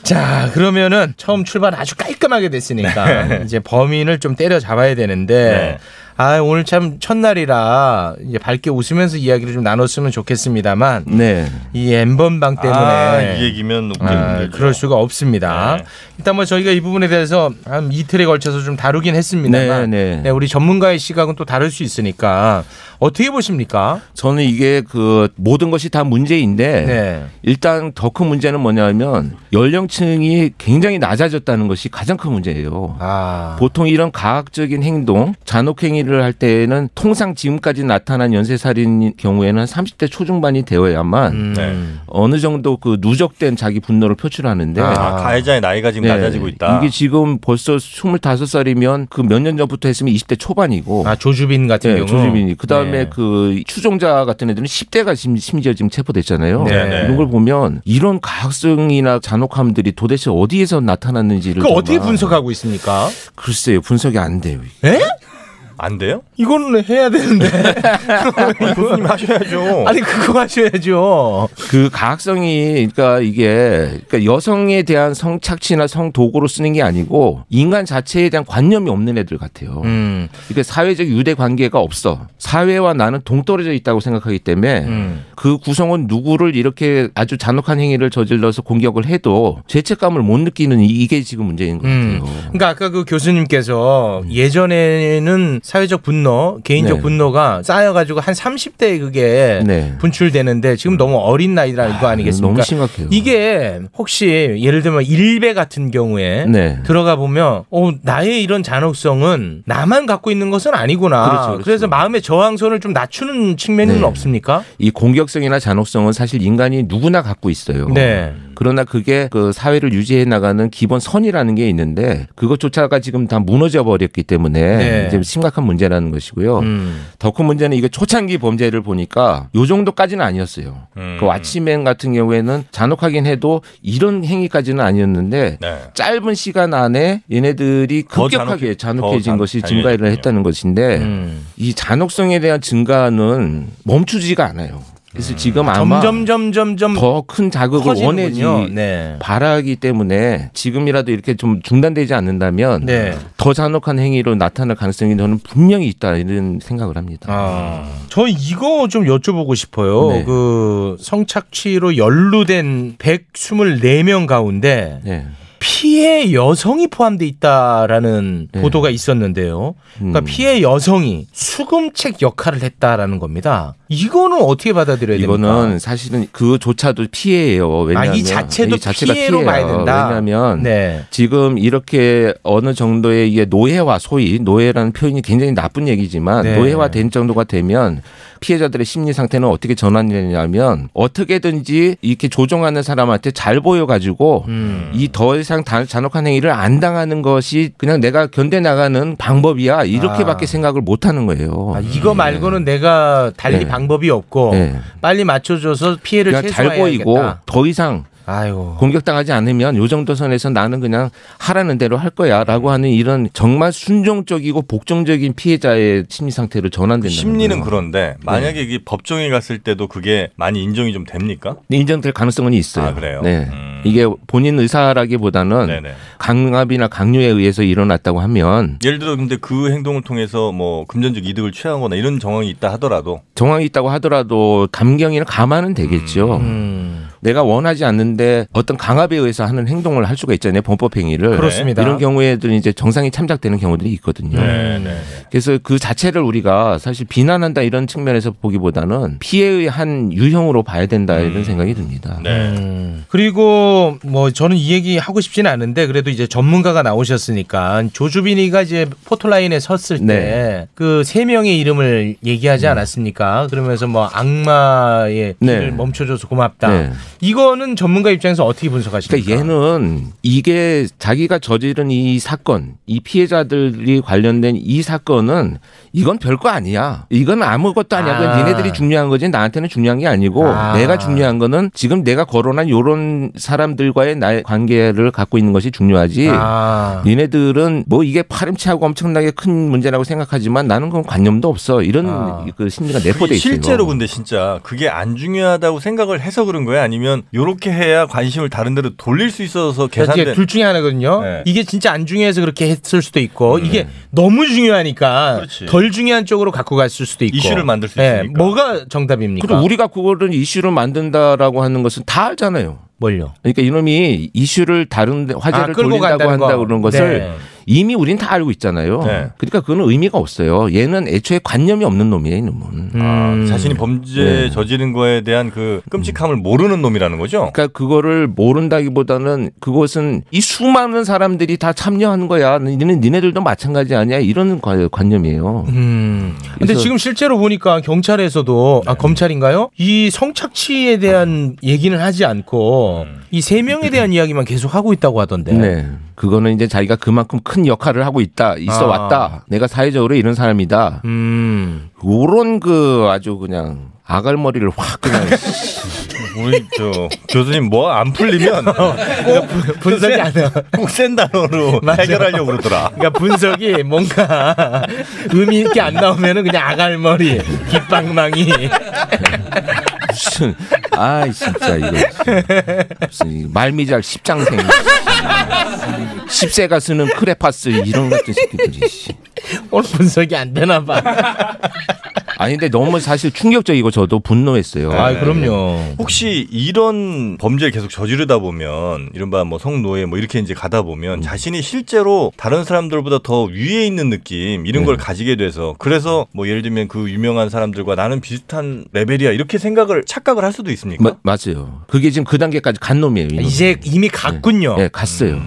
Speaker 5: 자 그러면은 처음 출발 아주 깔끔하게 됐으니까
Speaker 4: 네.
Speaker 5: 이제 범인을 좀 때려잡아야
Speaker 11: 네.
Speaker 5: 되는데. 아 오늘 참 첫날이라 이제 밝게 웃으면서 이야기를 좀 나눴으면 좋겠습니다만
Speaker 11: 네.
Speaker 5: 이 엠번방 그 때문에
Speaker 4: 아, 이 얘기면
Speaker 5: 아, 그럴 수가 없습니다.
Speaker 11: 네.
Speaker 5: 일단 뭐 저희가 이 부분에 대해서 한 이틀에 걸쳐서 좀 다루긴 했습니다만
Speaker 11: 네, 네.
Speaker 5: 네, 우리 전문가의 시각은 또 다를 수 있으니까 어떻게 보십니까?
Speaker 11: 저는 이게 그 모든 것이 다 문제인데
Speaker 5: 네.
Speaker 11: 일단 더 큰 문제는 뭐냐면 연령층이 굉장히 낮아졌다는 것이 가장 큰 문제예요.
Speaker 5: 아,
Speaker 11: 보통 이런 가학적인 행동, 잔혹행위를 할 때에는 통상 지금까지 나타난 연쇄살인 경우에는 한 30대 초중반이 되어야만
Speaker 5: 음.
Speaker 11: 어느 정도 그 누적된 자기 분노를 표출하는데 네.
Speaker 4: 아, 가해자의 나이가 지금
Speaker 5: 네.
Speaker 4: 낮아지고 있다.
Speaker 11: 이게 지금 벌써 25살이면 그 몇 년 전부터 했으면 20대 초반이고.
Speaker 5: 아, 조주빈 같은 경우.
Speaker 11: 조주빈이. 그 다음에
Speaker 5: 네.
Speaker 11: 그 추종자 같은 애들은 10대가 심지어 지금 체포됐잖아요.
Speaker 5: 네, 네.
Speaker 11: 이런 걸 보면 이런 가학성이나 잔혹함들이 도대체 어디에서 나타났는지를.
Speaker 5: 그 어떻게
Speaker 11: 정말
Speaker 5: 분석하고 있습니까?
Speaker 11: 글쎄요. 분석이 안 돼요.
Speaker 5: 에?
Speaker 4: 안 돼요?
Speaker 5: 이거는 해야 되는데.
Speaker 4: 교수님
Speaker 11: 어.
Speaker 4: 하셔야죠.
Speaker 5: 아니 그거 하셔야죠.
Speaker 11: 그 가학성이 그러니까 이게 그러니까 여성에 대한 성착취나 성도구로 쓰는 게 아니고 인간 자체에 대한 관념이 없는 애들 같아요.
Speaker 5: 음.
Speaker 11: 이게 사회적 유대 관계가 없어. 사회와 나는 동떨어져 있다고 생각하기 때문에
Speaker 5: 음.
Speaker 11: 그 구성원 누구를 이렇게 아주 잔혹한 행위를 저질러서 공격을 해도 죄책감을 못
Speaker 5: 음.
Speaker 11: 느끼는 이- 이게 지금 문제인 거예요. 음,
Speaker 5: 그러니까 아까 그 교수님께서 예전에는 사회적 분노, 개인적
Speaker 11: 네.
Speaker 5: 분노가 쌓여가지고 한 30대에 그게
Speaker 11: 네.
Speaker 5: 분출되는데 지금 너무 어린 나이라는 거 아니겠습니까?
Speaker 11: 너무 심각해요.
Speaker 5: 이게 혹시 예를 들면 일배 같은 경우에
Speaker 11: 네.
Speaker 5: 들어가 보면 어, 나의 이런 잔혹성은 나만 갖고 있는 것은 아니구나.
Speaker 11: 그렇죠, 그렇죠.
Speaker 5: 래서 마음의 저항선을 좀 낮추는 측면은
Speaker 11: 네.
Speaker 5: 없습니까?
Speaker 11: 이 공격성이나 잔혹성은 사실 인간이 누구나 갖고 있어요.
Speaker 5: 네.
Speaker 11: 그러나 그게 그 사회를 유지해 나가는 기본 선이라는 게 있는데 그것조차가 지금 다 무너져 버렸기 때문에
Speaker 5: 네. 음.
Speaker 11: 이제 심각한 문제라는 것이고요. 더 큰 문제는 이게 초창기 범죄를 보니까 요 정도까지는 아니었어요.
Speaker 4: 음.
Speaker 11: 그 와치맨 같은 경우에는 잔혹하긴 해도 이런 행위까지는 아니었는데 짧은 시간 안에 얘네들이
Speaker 4: 더
Speaker 11: 급격하게
Speaker 4: 잔혹해-
Speaker 11: 잔혹해진
Speaker 4: 더 잔-
Speaker 11: 것이 증가를 했다는 것인데
Speaker 5: 음.
Speaker 11: 이 잔혹성에 대한 증가는 멈추지가 않아요. 그래서 지금 아마
Speaker 5: 점점 점점점
Speaker 11: 더 큰 자극을 원해지
Speaker 5: 커지는군요. 네.
Speaker 11: 바라기 때문에 지금이라도 이렇게 좀 중단되지 않는다면
Speaker 5: 네.
Speaker 11: 더 잔혹한 행위로 나타날 가능성이 저는 분명히 있다 이런 생각을 합니다.
Speaker 5: 아, 저 이거 좀 여쭤보고 싶어요.
Speaker 11: 네.
Speaker 5: 그 성착취로 연루된 124명 가운데
Speaker 11: 네.
Speaker 5: 피해 여성이 포함돼 있다라는
Speaker 11: 네.
Speaker 5: 보도가 있었는데요. 그러니까
Speaker 11: 음.
Speaker 5: 피해 여성이 수금책 역할을 했다라는 겁니다. 이거는 어떻게 받아들여야 됩니까? 아,
Speaker 11: 이거는 사실은 그조차도 피해예요. 왜냐하면
Speaker 5: 이 자체도 피해로
Speaker 11: 피해예요.
Speaker 5: 봐야 된다.
Speaker 11: 왜냐하면
Speaker 5: 네.
Speaker 11: 지금 이렇게 어느 정도의 이게 노예화 소위 노예라는 표현이 굉장히 나쁜 얘기지만
Speaker 5: 네.
Speaker 11: 노예화 된 정도가 되면 피해자들의 심리 상태는 어떻게 전환되냐면 어떻게든지 이렇게 조종하는 사람한테 잘 보여 가지고
Speaker 5: 음.
Speaker 11: 이 더 이상 단- 잔혹한 행위를 안 당하는 것이 그냥 내가 견뎌 나가는 방법이야 이렇게밖에
Speaker 5: 아.
Speaker 11: 생각을 못 하는 어, 거예요.
Speaker 5: 이거 말고는 내가 달리
Speaker 11: 네.
Speaker 5: 방법이 없고
Speaker 11: 네.
Speaker 5: 빨리 맞춰줘서 피해를
Speaker 11: 그냥 잘 보이고
Speaker 5: 최소화해야겠다.
Speaker 11: 더 이상 공격당하지 않으면 요 정도 선에서 나는 그냥 하라는 대로 할 거야라고 하는 이런 정말 순종적이고 복종적인 피해자의 심리 상태로 전환된다.
Speaker 4: 심리는 그런데
Speaker 5: 네.
Speaker 4: 만약에 이게 법정에 갔을 때도 그게 많이 인정이 좀 됩니까?
Speaker 11: 인정될 가능성은 있어요.
Speaker 4: 아, 그래요?
Speaker 11: 네. 이게 본인 의사라기보다는 강압이나 강요에 의해서 일어났다고 하면
Speaker 4: 예를 들어 근데 그 행동을 통해서 뭐 금전적 이득을 취하거나 이런 정황이 있다 하더라도
Speaker 11: 정황이 있다고 하더라도 감경이나 감안은 되겠죠.
Speaker 4: 음.
Speaker 5: 음.
Speaker 11: 내가 원하지 않는데 어떤 강압에 의해서 하는 행동을 할 수가 있잖아요. 범법 행위를.
Speaker 5: 그렇습니다.
Speaker 11: 이런 경우에도 이제 정상이 참작되는 경우들이 있거든요.
Speaker 5: 네, 네.
Speaker 11: 그래서 그 자체를 우리가 사실 비난한다 이런 측면에서 보기보다는 피해의 한 유형으로 봐야 된다 이런 생각이 듭니다.
Speaker 5: 음. 그리고 뭐 저는 이 얘기 하고 싶지는 않은데 그래도 이제 전문가가 나오셨으니까 조주빈이가 이제 포토라인에 섰을 때
Speaker 11: 네.
Speaker 5: 그 세 명의 이름을 얘기하지 않았습니까? 그러면서 뭐 악마의
Speaker 11: 음. 네.
Speaker 5: 길을 멈춰줘서 고맙다.
Speaker 11: 네.
Speaker 5: 이거는 전문가 입장에서 어떻게 분석하십니까?
Speaker 11: 그러니까 얘는 이게 자기가 저지른 이 사건, 이 피해자들이 관련된 이 사건은 이건 별거 아니야. 이건 아무것도 아니야. 그건
Speaker 5: 아.
Speaker 11: 니네들이 중요한 거지 나한테는 중요한 게 아니고
Speaker 5: 아.
Speaker 11: 내가 중요한 거는 지금 내가 거론한 요런 사람들과의 나의 관계를 갖고 있는 것이 중요하지.
Speaker 5: 아.
Speaker 11: 니네들은 뭐 이게 파렴치하고 엄청나게 큰 문제라고 생각하지만 나는 그건 관념도 없어. 이런 그 심리가 내포돼
Speaker 4: 그게
Speaker 11: 있어요.
Speaker 4: 실제로 근데 진짜 그게 안 중요하다고 생각을 해서 그런 거야 아니면 요렇게 해야 관심을 다른 데로 돌릴 수 있어서
Speaker 5: 그러니까 이게
Speaker 4: 계산된
Speaker 5: 둘 중에 하나거든요.
Speaker 11: 네.
Speaker 5: 이게 진짜 안 중요해서 그렇게 했을 수도 있고 이게 너무 중요하니까 덜 중요한 쪽으로 갖고 갔을 수도 있고
Speaker 11: 이슈를 만들 수
Speaker 5: 예,
Speaker 11: 있으니까.
Speaker 5: 뭐가 정답입니까?
Speaker 11: 그리고 우리가 그거를 이슈로 만든다라고 하는 것은 다 알잖아요.
Speaker 5: 뭘요?
Speaker 11: 그러니까 이놈이 이슈를 다른 데 화제를
Speaker 5: 아, 끌고
Speaker 11: 돌린다고
Speaker 5: 간다는
Speaker 11: 한다
Speaker 5: 거.
Speaker 11: 그런 것을
Speaker 5: 네.
Speaker 11: 이미 우린 다 알고 있잖아요. 그러니까 그거는 의미가 없어요. 얘는 애초에 관념이 없는 놈이에요, 이놈은.
Speaker 5: 아,
Speaker 4: 아, 자신이 범죄
Speaker 11: 음. 네.
Speaker 4: 저지른 거에 대한 그 끔찍함을 모르는 놈이라는 거죠.
Speaker 11: 그러니까 그거를 모른다기보다는 그것은 이 수많은 사람들이 다 참여한 거야. 니네 니네들도 마찬가지 아니야. 이런 관- 관념이에요.
Speaker 5: 음. 근데
Speaker 11: 그래서-
Speaker 5: 지금 실제로 보니까 경찰에서도 아 검찰인가요? 이 성착취에 대한 얘기는 하지 않고 이 세 명에 대한 이야기만 계속 하고 있다고 하던데.
Speaker 11: 네. 그거는 이제 자기가 그만큼 큰 역할을 하고 있다, 있어
Speaker 5: 아.
Speaker 11: 왔다, 내가 사회적으로 이런 사람이다.
Speaker 5: 음.
Speaker 11: 요런 그 아주 그냥 아갈머리를 확 그냥.
Speaker 4: 우리 저 교수님 뭐 안 풀리면
Speaker 5: 분석이 안 해요.
Speaker 4: 꼭센 단어로 해결하려고 그러더라.
Speaker 5: 그러니까 분석이 뭔가 의미 있게 안 나오면은 그냥 아갈머리, 귓방망이.
Speaker 11: 무슨 아 진짜 이거 무슨 이 말미잘 십장생 십세가 쓰는 크레파스 이런 것들 새끼들이 씨.
Speaker 5: 오늘 분석이 안 되나 봐.
Speaker 11: 아니 근데 너무 사실 충격적이고 저도 분노했어요.
Speaker 5: 아,
Speaker 4: 네. 혹시 이런 범죄를 계속 저지르다 보면 이른바 뭐 성노예 뭐 이렇게 이제 가다
Speaker 11: 음.
Speaker 4: 보면 자신이 실제로 다른 사람들보다 더 위에 있는 느낌
Speaker 11: 네.
Speaker 4: 이런 걸 가지게 돼서 그래서 뭐 예를 들면 그 유명한 사람들과 나는 비슷한 레벨이야 이렇게 생각을 착각을 할 수도 있습니까?
Speaker 11: 마- 맞아요. 그게 지금 그 단계까지 간 놈이에요.
Speaker 5: 이제 이미 갔군요.
Speaker 11: 네, 갔어요.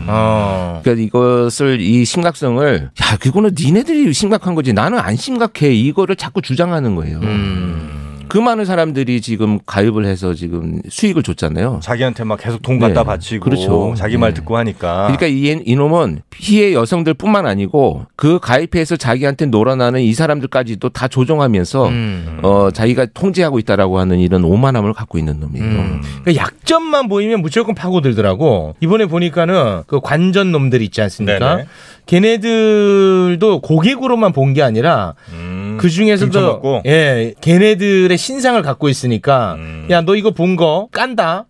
Speaker 11: 그러니까 이것을 이 심각성을 야 그거는 니네들이 심각한 거지 나는 안 심각해 이거를 자꾸 주장하는 거예요.
Speaker 5: 음.
Speaker 11: 그 많은 사람들이 지금 가입을 해서 지금 수익을 줬잖아요.
Speaker 4: 자기한테 막 계속 돈 갖다 바치고
Speaker 11: 그렇죠.
Speaker 4: 자기 말
Speaker 11: 네.
Speaker 4: 듣고
Speaker 5: 아.
Speaker 4: 하니까
Speaker 11: 그러니까 이, 애- 이놈은 피해 여성들뿐만 아니고 그 가입해서 자기한테 놀아나는 이 사람들까지도 다 조종하면서
Speaker 5: 음.
Speaker 11: 어, 자기가 통제하고 있다라고 하는 이런 오만함을 갖고 있는 놈이에요.
Speaker 5: 그러니까 약점만 보이면 무조건 파고들더라고. 이번에 보니까는 그 관전 놈들 있지
Speaker 11: 그러니까
Speaker 5: 않습니까?
Speaker 4: 네네.
Speaker 5: 걔네들도 고객으로만 본 게 아니라
Speaker 4: 음,
Speaker 5: 그 중에서도
Speaker 4: 등쳐먹고?
Speaker 5: 예 걔네들의 신상을 갖고 있으니까
Speaker 4: 음.
Speaker 5: 야 너 이거 본 거 깐다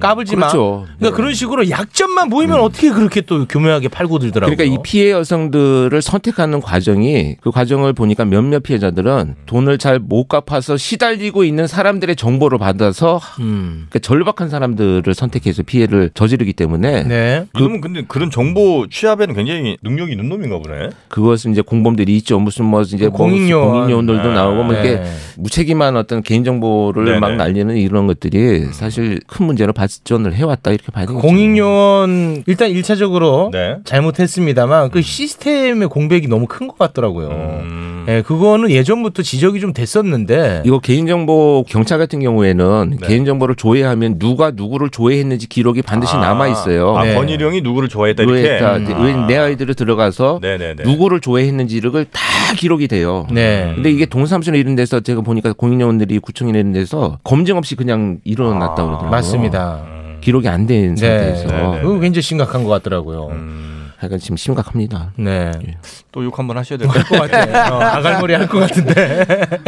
Speaker 5: 까불지 마.
Speaker 11: 그렇죠.
Speaker 5: 그러니까
Speaker 4: 네.
Speaker 5: 그런 식으로 약점만 보이면
Speaker 4: 음.
Speaker 5: 어떻게 그렇게 또 교묘하게 팔고들더라고요.
Speaker 11: 그러니까 이 피해 여성들을 선택하는 과정이 그 과정을 보니까 몇몇 피해자들은 돈을 잘 못 갚아서 시달리고 있는 사람들의 정보를 받아서
Speaker 5: 음.
Speaker 11: 그러니까 절박한 사람들을 선택해서 피해를 저지르기 때문에
Speaker 5: 네.
Speaker 11: 그,
Speaker 4: 그러면 근데 그런 정보 취합에는 굉장히 능력이 있는 놈인가 보네.
Speaker 11: 그것은 이제 공범들이 있죠. 무슨 뭐 이제 뭐 무슨
Speaker 4: 공익요원.
Speaker 11: 공익요원들도
Speaker 5: 아,
Speaker 4: 네.
Speaker 11: 나오고 뭐 이렇게
Speaker 4: 네.
Speaker 11: 무책임한 어떤 개인 정보를
Speaker 5: 네네. 음.
Speaker 11: 막 날리는 이런 것들이 사실 큰 문제로 발전을 해왔다 이렇게 봐야 되죠. 뭐.
Speaker 5: 공익요원 일단 일차적으로
Speaker 11: 어?
Speaker 4: 네.
Speaker 5: 잘못했습니다만
Speaker 4: 음.
Speaker 5: 그 시스템의 공백이 너무 큰 것 같더라고요.
Speaker 11: 어.
Speaker 4: 음.
Speaker 11: 음. 네,
Speaker 5: 예, 그거는 예전부터 지적이 좀 됐었는데
Speaker 11: 이거 개인정보 경찰 같은 경우에는
Speaker 5: 네.
Speaker 11: 개인정보를 조회하면 누가 누구를 조회했는지 기록이 반드시
Speaker 4: 아.
Speaker 11: 남아 있어요.
Speaker 5: 네.
Speaker 4: 아, 권일용이 누구를 좋아했다 이렇게. 음.
Speaker 11: 왜,
Speaker 5: 음.
Speaker 11: 다, 왜, 내 아이들을 들어가서
Speaker 4: 네네네.
Speaker 11: 누구를 조회했는지를 다 기록이 돼요.
Speaker 5: 네.
Speaker 11: 근데 이게 동사무소나 이런 데서 제가 보니까 공익요원들이 구청이나 이런 데서 검증 없이 그냥 일어났다고 아, 그러더라고요.
Speaker 5: 아, 맞습니다.
Speaker 11: 기록이 안 된
Speaker 5: 네,
Speaker 11: 상태에서. 음.
Speaker 5: 그거 굉장히 심각한 것 같더라고요.
Speaker 4: 음.
Speaker 11: 하여간 지금 심각합니다.
Speaker 5: 네.
Speaker 11: 예.
Speaker 4: 또 욕 한번 하셔야
Speaker 5: 할 것 같아. 어, 아갈머리 할 것 같은데.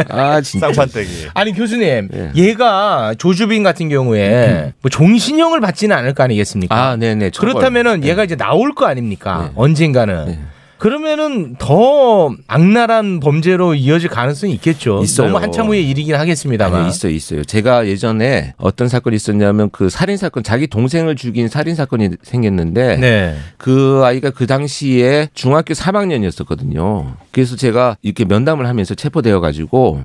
Speaker 11: 아, 진짜.
Speaker 4: 쌍판떼기.
Speaker 5: 아니 교수님,
Speaker 11: 예.
Speaker 5: 얘가 조주빈 같은 경우에 뭐 종신형을 받지는 않을 거 아니겠습니까?
Speaker 11: 음. 아, 네네. 처벌. 예.
Speaker 5: 그렇다면은 얘가 이제 나올 거 아닙니까? 언젠가는. 그러면은 더 악랄한 범죄로 이어질 가능성이 있겠죠.
Speaker 11: 있어요.
Speaker 5: 너무 한참 후의 일이긴 하겠습니다만.
Speaker 11: 아니, 있어요, 있어요. 제가 예전에 어떤 사건이 있었냐면 그 살인 사건, 자기 동생을 죽인 살인 사건이 생겼는데
Speaker 5: 네.
Speaker 11: 그 아이가 그 당시에 중학교 3학년이었었거든요. 그래서 제가 이렇게 면담을 하면서 체포되어 가지고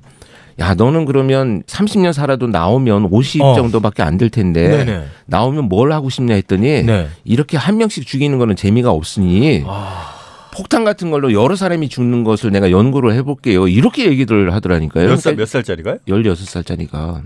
Speaker 11: 야, 너는 그러면 30년 살아도 나오면 50
Speaker 5: 어.
Speaker 11: 정도밖에 안 될 텐데
Speaker 5: 네네.
Speaker 11: 나오면 뭘 하고 싶냐 했더니
Speaker 5: 네.
Speaker 11: 이렇게 한 명씩 죽이는 거는 재미가 없으니
Speaker 5: 아.
Speaker 11: 폭탄 같은 걸로 여러 사람이 죽는 것을 내가 연구를 해볼게요. 이렇게 얘기들 하더라니까요. 그러니까
Speaker 4: 몇 살, 몇 살짜리가요?
Speaker 11: 16살짜리가.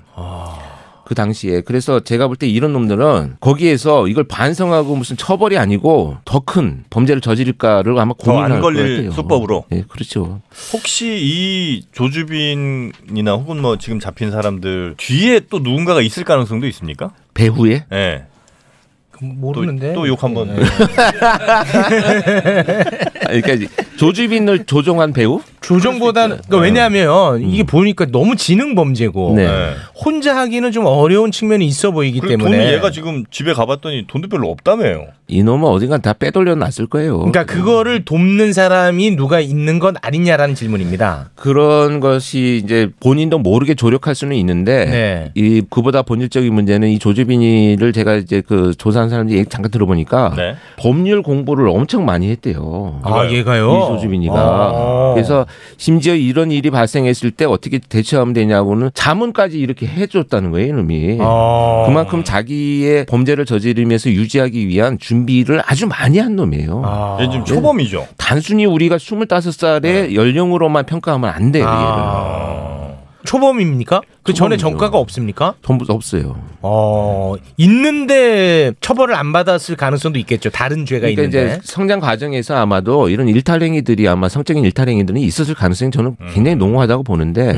Speaker 11: 그 당시에. 그래서 제가 볼 때 이런 놈들은 거기에서 이걸 반성하고 무슨 처벌이 아니고 더 큰 범죄를 저지를까를 아마
Speaker 4: 더 안
Speaker 11: 고민할 것
Speaker 4: 걸릴
Speaker 11: 같아요.
Speaker 4: 수법으로?
Speaker 11: 네, 그렇죠.
Speaker 4: 혹시 이 조주빈이나 혹은 뭐 지금 잡힌 사람들 뒤에 또 누군가가 있을 가능성도 있습니까?
Speaker 11: 배후에?
Speaker 4: 예.
Speaker 5: 모르는데. 네.
Speaker 4: 또 욕 한번. 예.
Speaker 11: 그러니까 조주빈을 조종한 배우?
Speaker 5: 조정보다는 그러니까 왜냐하면 이게 보니까 너무 지능 범죄고
Speaker 11: 음. 네. 네.
Speaker 5: 혼자 하기는 좀 어려운 측면이 있어 보이기
Speaker 4: 그리고
Speaker 5: 때문에
Speaker 4: 돈이 얘가 지금 집에 가봤더니 돈도 별로 없다며요.
Speaker 11: 이놈은 어딘가 다 빼돌려 놨을 거예요.
Speaker 5: 그러니까 그거를 돕는 사람이 누가 있는 건 아니냐라는 질문입니다.
Speaker 11: 그런 것이 이제 본인도 모르게 조력할 수는 있는데
Speaker 5: 네.
Speaker 11: 이 그보다 본질적인 문제는 이 조주빈이를 제가 이제 그 조사한 사람들이 얘기 잠깐 들어보니까
Speaker 5: 네.
Speaker 11: 법률 공부를 엄청 많이 했대요.
Speaker 5: 아, 얘가요?
Speaker 11: 이 조주빈이가.
Speaker 5: 아.
Speaker 11: 그래서 심지어 이런 일이 발생했을 때 어떻게 대처하면 되냐고는 자문까지 이렇게 해줬다는 거예요, 이놈이.
Speaker 5: 아.
Speaker 11: 그만큼 자기의 범죄를 저지르면서 유지하기 위한 준비를 아주 많이 한 놈이에요.
Speaker 5: 아.
Speaker 4: 얘 지금
Speaker 11: 예.
Speaker 4: 초범이죠.
Speaker 11: 단순히 우리가 25살의
Speaker 5: 네.
Speaker 11: 연령으로만 평가하면 안 돼요.
Speaker 5: 아. 초범입니까? 그 전에
Speaker 11: 초범이죠.
Speaker 5: 전과가 없습니까?
Speaker 11: 전부 없어요.
Speaker 5: 어, 있는데 처벌을 안 받았을 가능성도 있겠죠. 다른 죄가
Speaker 11: 그러니까
Speaker 5: 있는데.
Speaker 11: 이제 성장 과정에서 아마도 이런 일탈행위들이 아마 성적인 일탈행위들이 있었을 가능성이 저는
Speaker 5: 음.
Speaker 11: 굉장히 농후하다고 보는데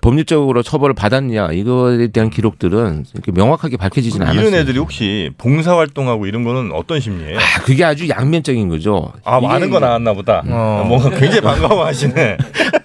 Speaker 11: 법률적으로 처벌을 받았냐 이거에 대한 기록들은 이렇게 명확하게 밝혀지지는 않았어요.
Speaker 4: 이런 애들이 혹시 봉사활동하고 이런 거는 어떤 심리예요?
Speaker 11: 아, 그게 아주 양면적인 거죠.
Speaker 4: 아,
Speaker 11: 이게
Speaker 4: 많은 거 나왔나 보다. 아,
Speaker 11: 어.
Speaker 4: 뭔가 굉장히 반가워하시네.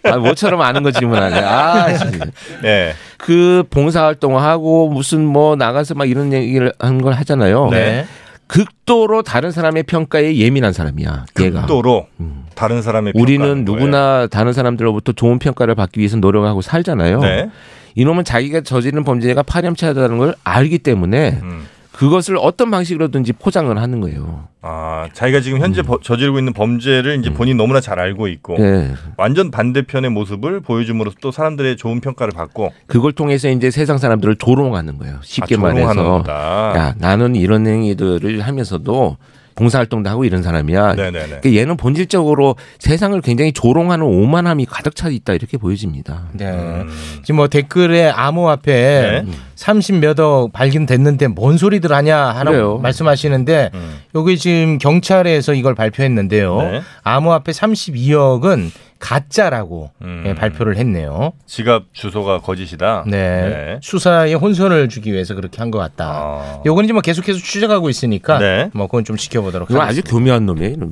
Speaker 11: 아, 뭐처럼 아는 거 질문하네. 아, 진짜.
Speaker 4: 예.
Speaker 11: 그 봉사활동하고 무슨 뭐 나가서 막 이런 얘기를 하는 걸 하잖아요.
Speaker 4: 네.
Speaker 11: 극도로 다른 사람의 평가에 예민한 사람이야. 얘가.
Speaker 4: 극도로 다른 사람의
Speaker 11: 우리는
Speaker 4: 평가하는 거예요.
Speaker 11: 누구나 다른 사람들로부터 좋은 평가를 받기 위해서 노력하고 살잖아요.
Speaker 4: 네.
Speaker 11: 이놈은 자기가 저지른 범죄가 파렴치하다는 걸 알기 때문에
Speaker 4: 음.
Speaker 11: 그것을 어떤 방식으로든지 포장을 하는 거예요.
Speaker 4: 아, 자기가 지금 현재 버- 저지르고 있는 범죄를 이제 본인 이 너무나 잘 알고 있고
Speaker 11: 음. 네.
Speaker 4: 완전 반대편의 모습을 보여줌으로써 또 사람들의 좋은 평가를 받고
Speaker 11: 그걸 통해서 이제 세상 사람들을 조롱하는 거예요. 쉽게
Speaker 4: 아, 조롱하는
Speaker 11: 말해서
Speaker 4: 거다.
Speaker 11: 야 나는 이런 행위들을 하면서도 봉사활동도 하고 이런 사람이야.
Speaker 4: 네네네.
Speaker 11: 그러니까 얘는 본질적으로 세상을 굉장히 조롱하는 오만함이 가득 차 있다 이렇게 보여집니다.
Speaker 5: 네.
Speaker 4: 음.
Speaker 5: 지금 뭐 댓글에
Speaker 11: 네.
Speaker 4: 네.
Speaker 5: 암호화폐
Speaker 11: 음.
Speaker 5: 30몇억 발견됐는데 뭔 소리들 하냐 하라고
Speaker 11: 그래요.
Speaker 5: 말씀하시는데 여기 지금 경찰에서 이걸 발표했는데요.
Speaker 4: 네.
Speaker 5: 암호화폐 32억은 가짜라고
Speaker 11: 네.
Speaker 5: 예, 발표를 했네요.
Speaker 4: 음. 지갑 주소가 거짓이다.
Speaker 5: 네. 수사에 혼선을 주기 위해서 그렇게 한 것
Speaker 4: 아. 어.
Speaker 5: 같다. 요거는 이제 뭐 계속해서 추적하고 있으니까 뭐 그건 좀 지켜보도록
Speaker 11: 이건
Speaker 5: 하겠습니다.
Speaker 11: 아주 교묘한 놈이에요. 이놈.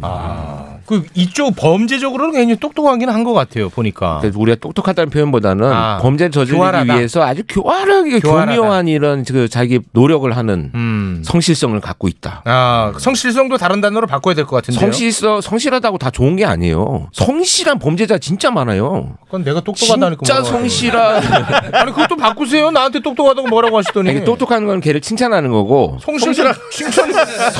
Speaker 5: 그 이쪽 범죄적으로는 굉장히 똑똑하긴 한 것 같아요. 보니까.
Speaker 11: 그래서 우리가 똑똑하다는 표현보다는
Speaker 5: 아,
Speaker 11: 범죄를 저지르기
Speaker 5: 교활하다.
Speaker 11: 위해서 아주 교활하게
Speaker 5: 교활하다.
Speaker 11: 교묘한 이런 그 자기 노력을 하는
Speaker 5: 음.
Speaker 11: 성실성을 갖고 있다.
Speaker 5: 아 성실성도 다른 단어로 바꿔야 될 것 같은데요.
Speaker 11: 성실성 성실하다고 다 좋은 게 아니에요. 성실한 범죄자 진짜 많아요.
Speaker 5: 그건 내가 똑똑하다니까.
Speaker 11: 진짜
Speaker 5: 뭐라고 하지.
Speaker 11: 성실한.
Speaker 5: 아니 그것도 바꾸세요. 나한테 똑똑하다고 뭐라고 하시더니.
Speaker 11: 이게 그 똑똑한 건 걔를 칭찬하는 거고
Speaker 5: 네. 성실한 칭찬.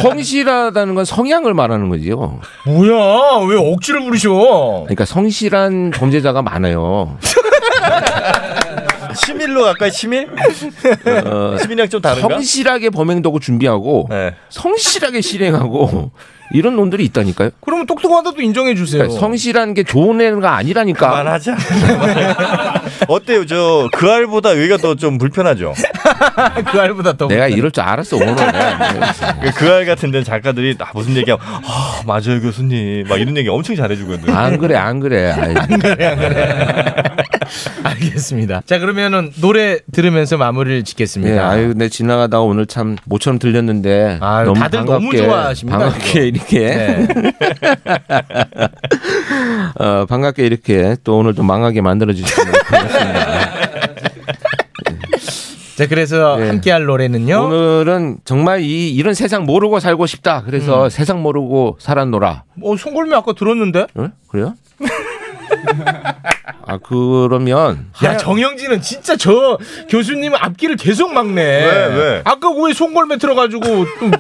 Speaker 11: 성실하다는 건 성향을 말하는 거지요.
Speaker 5: 뭐야? 왜 억지를 부리셔?
Speaker 11: 그러니까 성실한 범죄자가 많아요.
Speaker 4: 치밀로 갈까요? 치밀?
Speaker 5: 네.
Speaker 11: 어,
Speaker 4: 치밀이랑 좀 다른가? 네.
Speaker 11: 성실하게 범행도구 준비하고 성실하게 실행하고 이런 놈들이 있다니까요.
Speaker 5: 그러면 똑똑하다도 인정해 주세요.
Speaker 11: 그러니까 성실한 게 좋은 애가 아니라니까.
Speaker 4: 그만하자. 어때요? 저 그 알보다 여기가 더 좀 불편하죠.
Speaker 5: 그 알보다 더.
Speaker 11: 내가 이럴 줄 알았어 오늘. 음.
Speaker 4: 그알 같은 데는 작가들이 아, 무슨 얘기하면 아 맞아요 교수님 막 이런 얘기 엄청 잘해주거든요.
Speaker 11: 안 그래 안 그래. 안
Speaker 5: 그래 안 그래. 알겠습니다. 자 그러면은 노래 들으면서 마무리를 짓겠습니다.
Speaker 11: 예, 아유, 내 지나가다가 오늘 참 모처럼 들렸는데
Speaker 5: 아유,
Speaker 11: 너무
Speaker 5: 다들
Speaker 11: 반갑게,
Speaker 5: 너무 좋아하십니다,
Speaker 11: 반갑게
Speaker 5: 지금.
Speaker 11: 이렇게
Speaker 5: 네.
Speaker 11: 어, 반갑게 이렇게 또 오늘 또 망하게 만들어 주시는
Speaker 5: 자 그래서 함께할 노래는요.
Speaker 11: 네. 오늘은 정말 이 이런 세상 모르고 살고 싶다. 그래서 세상 모르고 살았노라.
Speaker 5: 어 송골매 아까 들었는데.
Speaker 11: 응? 그래요? 아 그러면
Speaker 5: 야 아, 정영진은 진짜 저 교수님 앞길을 계속 막네.
Speaker 11: 왜, 왜?
Speaker 5: 아까 왜 송골매 들어가지고 좀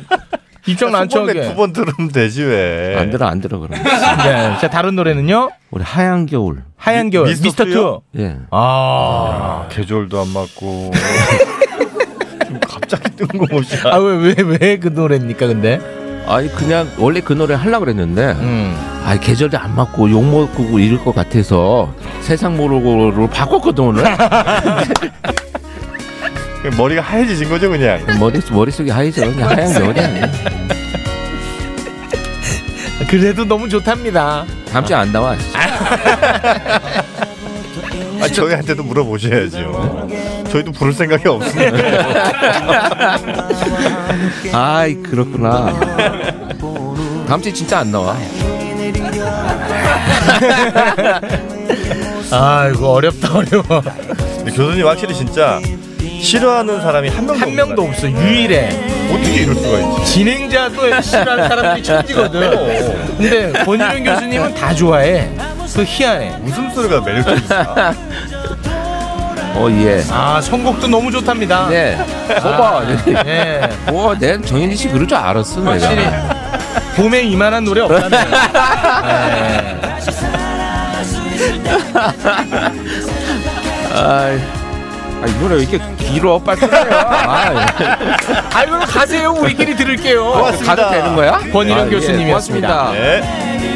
Speaker 5: 입장 난처하게.
Speaker 4: 두번 들으면 되지 왜?
Speaker 11: 안 들어 안 들어 그럼.
Speaker 5: 네. 자 다른 노래는요.
Speaker 11: 네. 우리 하얀 겨울.
Speaker 5: 하얀 겨울 미스터 투.
Speaker 11: 예.
Speaker 5: 아
Speaker 4: 계절도 안 맞고. 갑자기 뜬금없이.
Speaker 5: 아왜 왜 왜 그 노래입니까 근데?
Speaker 11: 아니 그냥 원래 그 노래 하려고 그랬는데
Speaker 5: 음.
Speaker 11: 아 계절도 안 맞고 욕 먹고 이럴 것 같아서 세상 모르고로 바꿨거든 오늘
Speaker 4: 머리가 하얘지신 거죠 그냥
Speaker 11: 머리 머릿속이 하얘져 그냥 하얀 겨울이야
Speaker 5: 그래도 너무 좋답니다
Speaker 11: 다음 주에 안 나와
Speaker 4: 아, 저희한테도 물어보셔야죠. 저희도 부를 생각이 없습니다.
Speaker 11: 아이 그렇구나 어, 다음 주에 진짜 안 나와
Speaker 5: 아이고 어렵다 어려워.
Speaker 4: 네, 교수님 확실히 진짜 싫어하는 사람이 한 명도,
Speaker 5: 없어 유일해.
Speaker 4: 어떻게 이럴 수가 있지?
Speaker 5: 진행자도 싫어하는 사람들이 천지거든. 근데 권유영 교수님은 다 좋아해. 그 희한해.
Speaker 4: 무슨 소리가 매력적이
Speaker 11: 어예
Speaker 5: 아 선곡도 너무 좋답니다.
Speaker 11: 네. 봐봐
Speaker 5: 예.
Speaker 11: 와난 정현진 씨 그럴 줄 알았어
Speaker 5: 확실히
Speaker 11: 내가
Speaker 5: 봄에 이만한 노래 없다네.
Speaker 11: 아이 아, 이 노래 왜 이렇게 길어 빨리 풀어요 아,
Speaker 5: 아이 그럼 가세요 우리끼리 들을게요.
Speaker 11: 어, 가도 되는 거야
Speaker 5: 권희룡
Speaker 11: 아, 예,
Speaker 5: 교수님이었습니다.
Speaker 4: 네.
Speaker 11: 고맙습니다.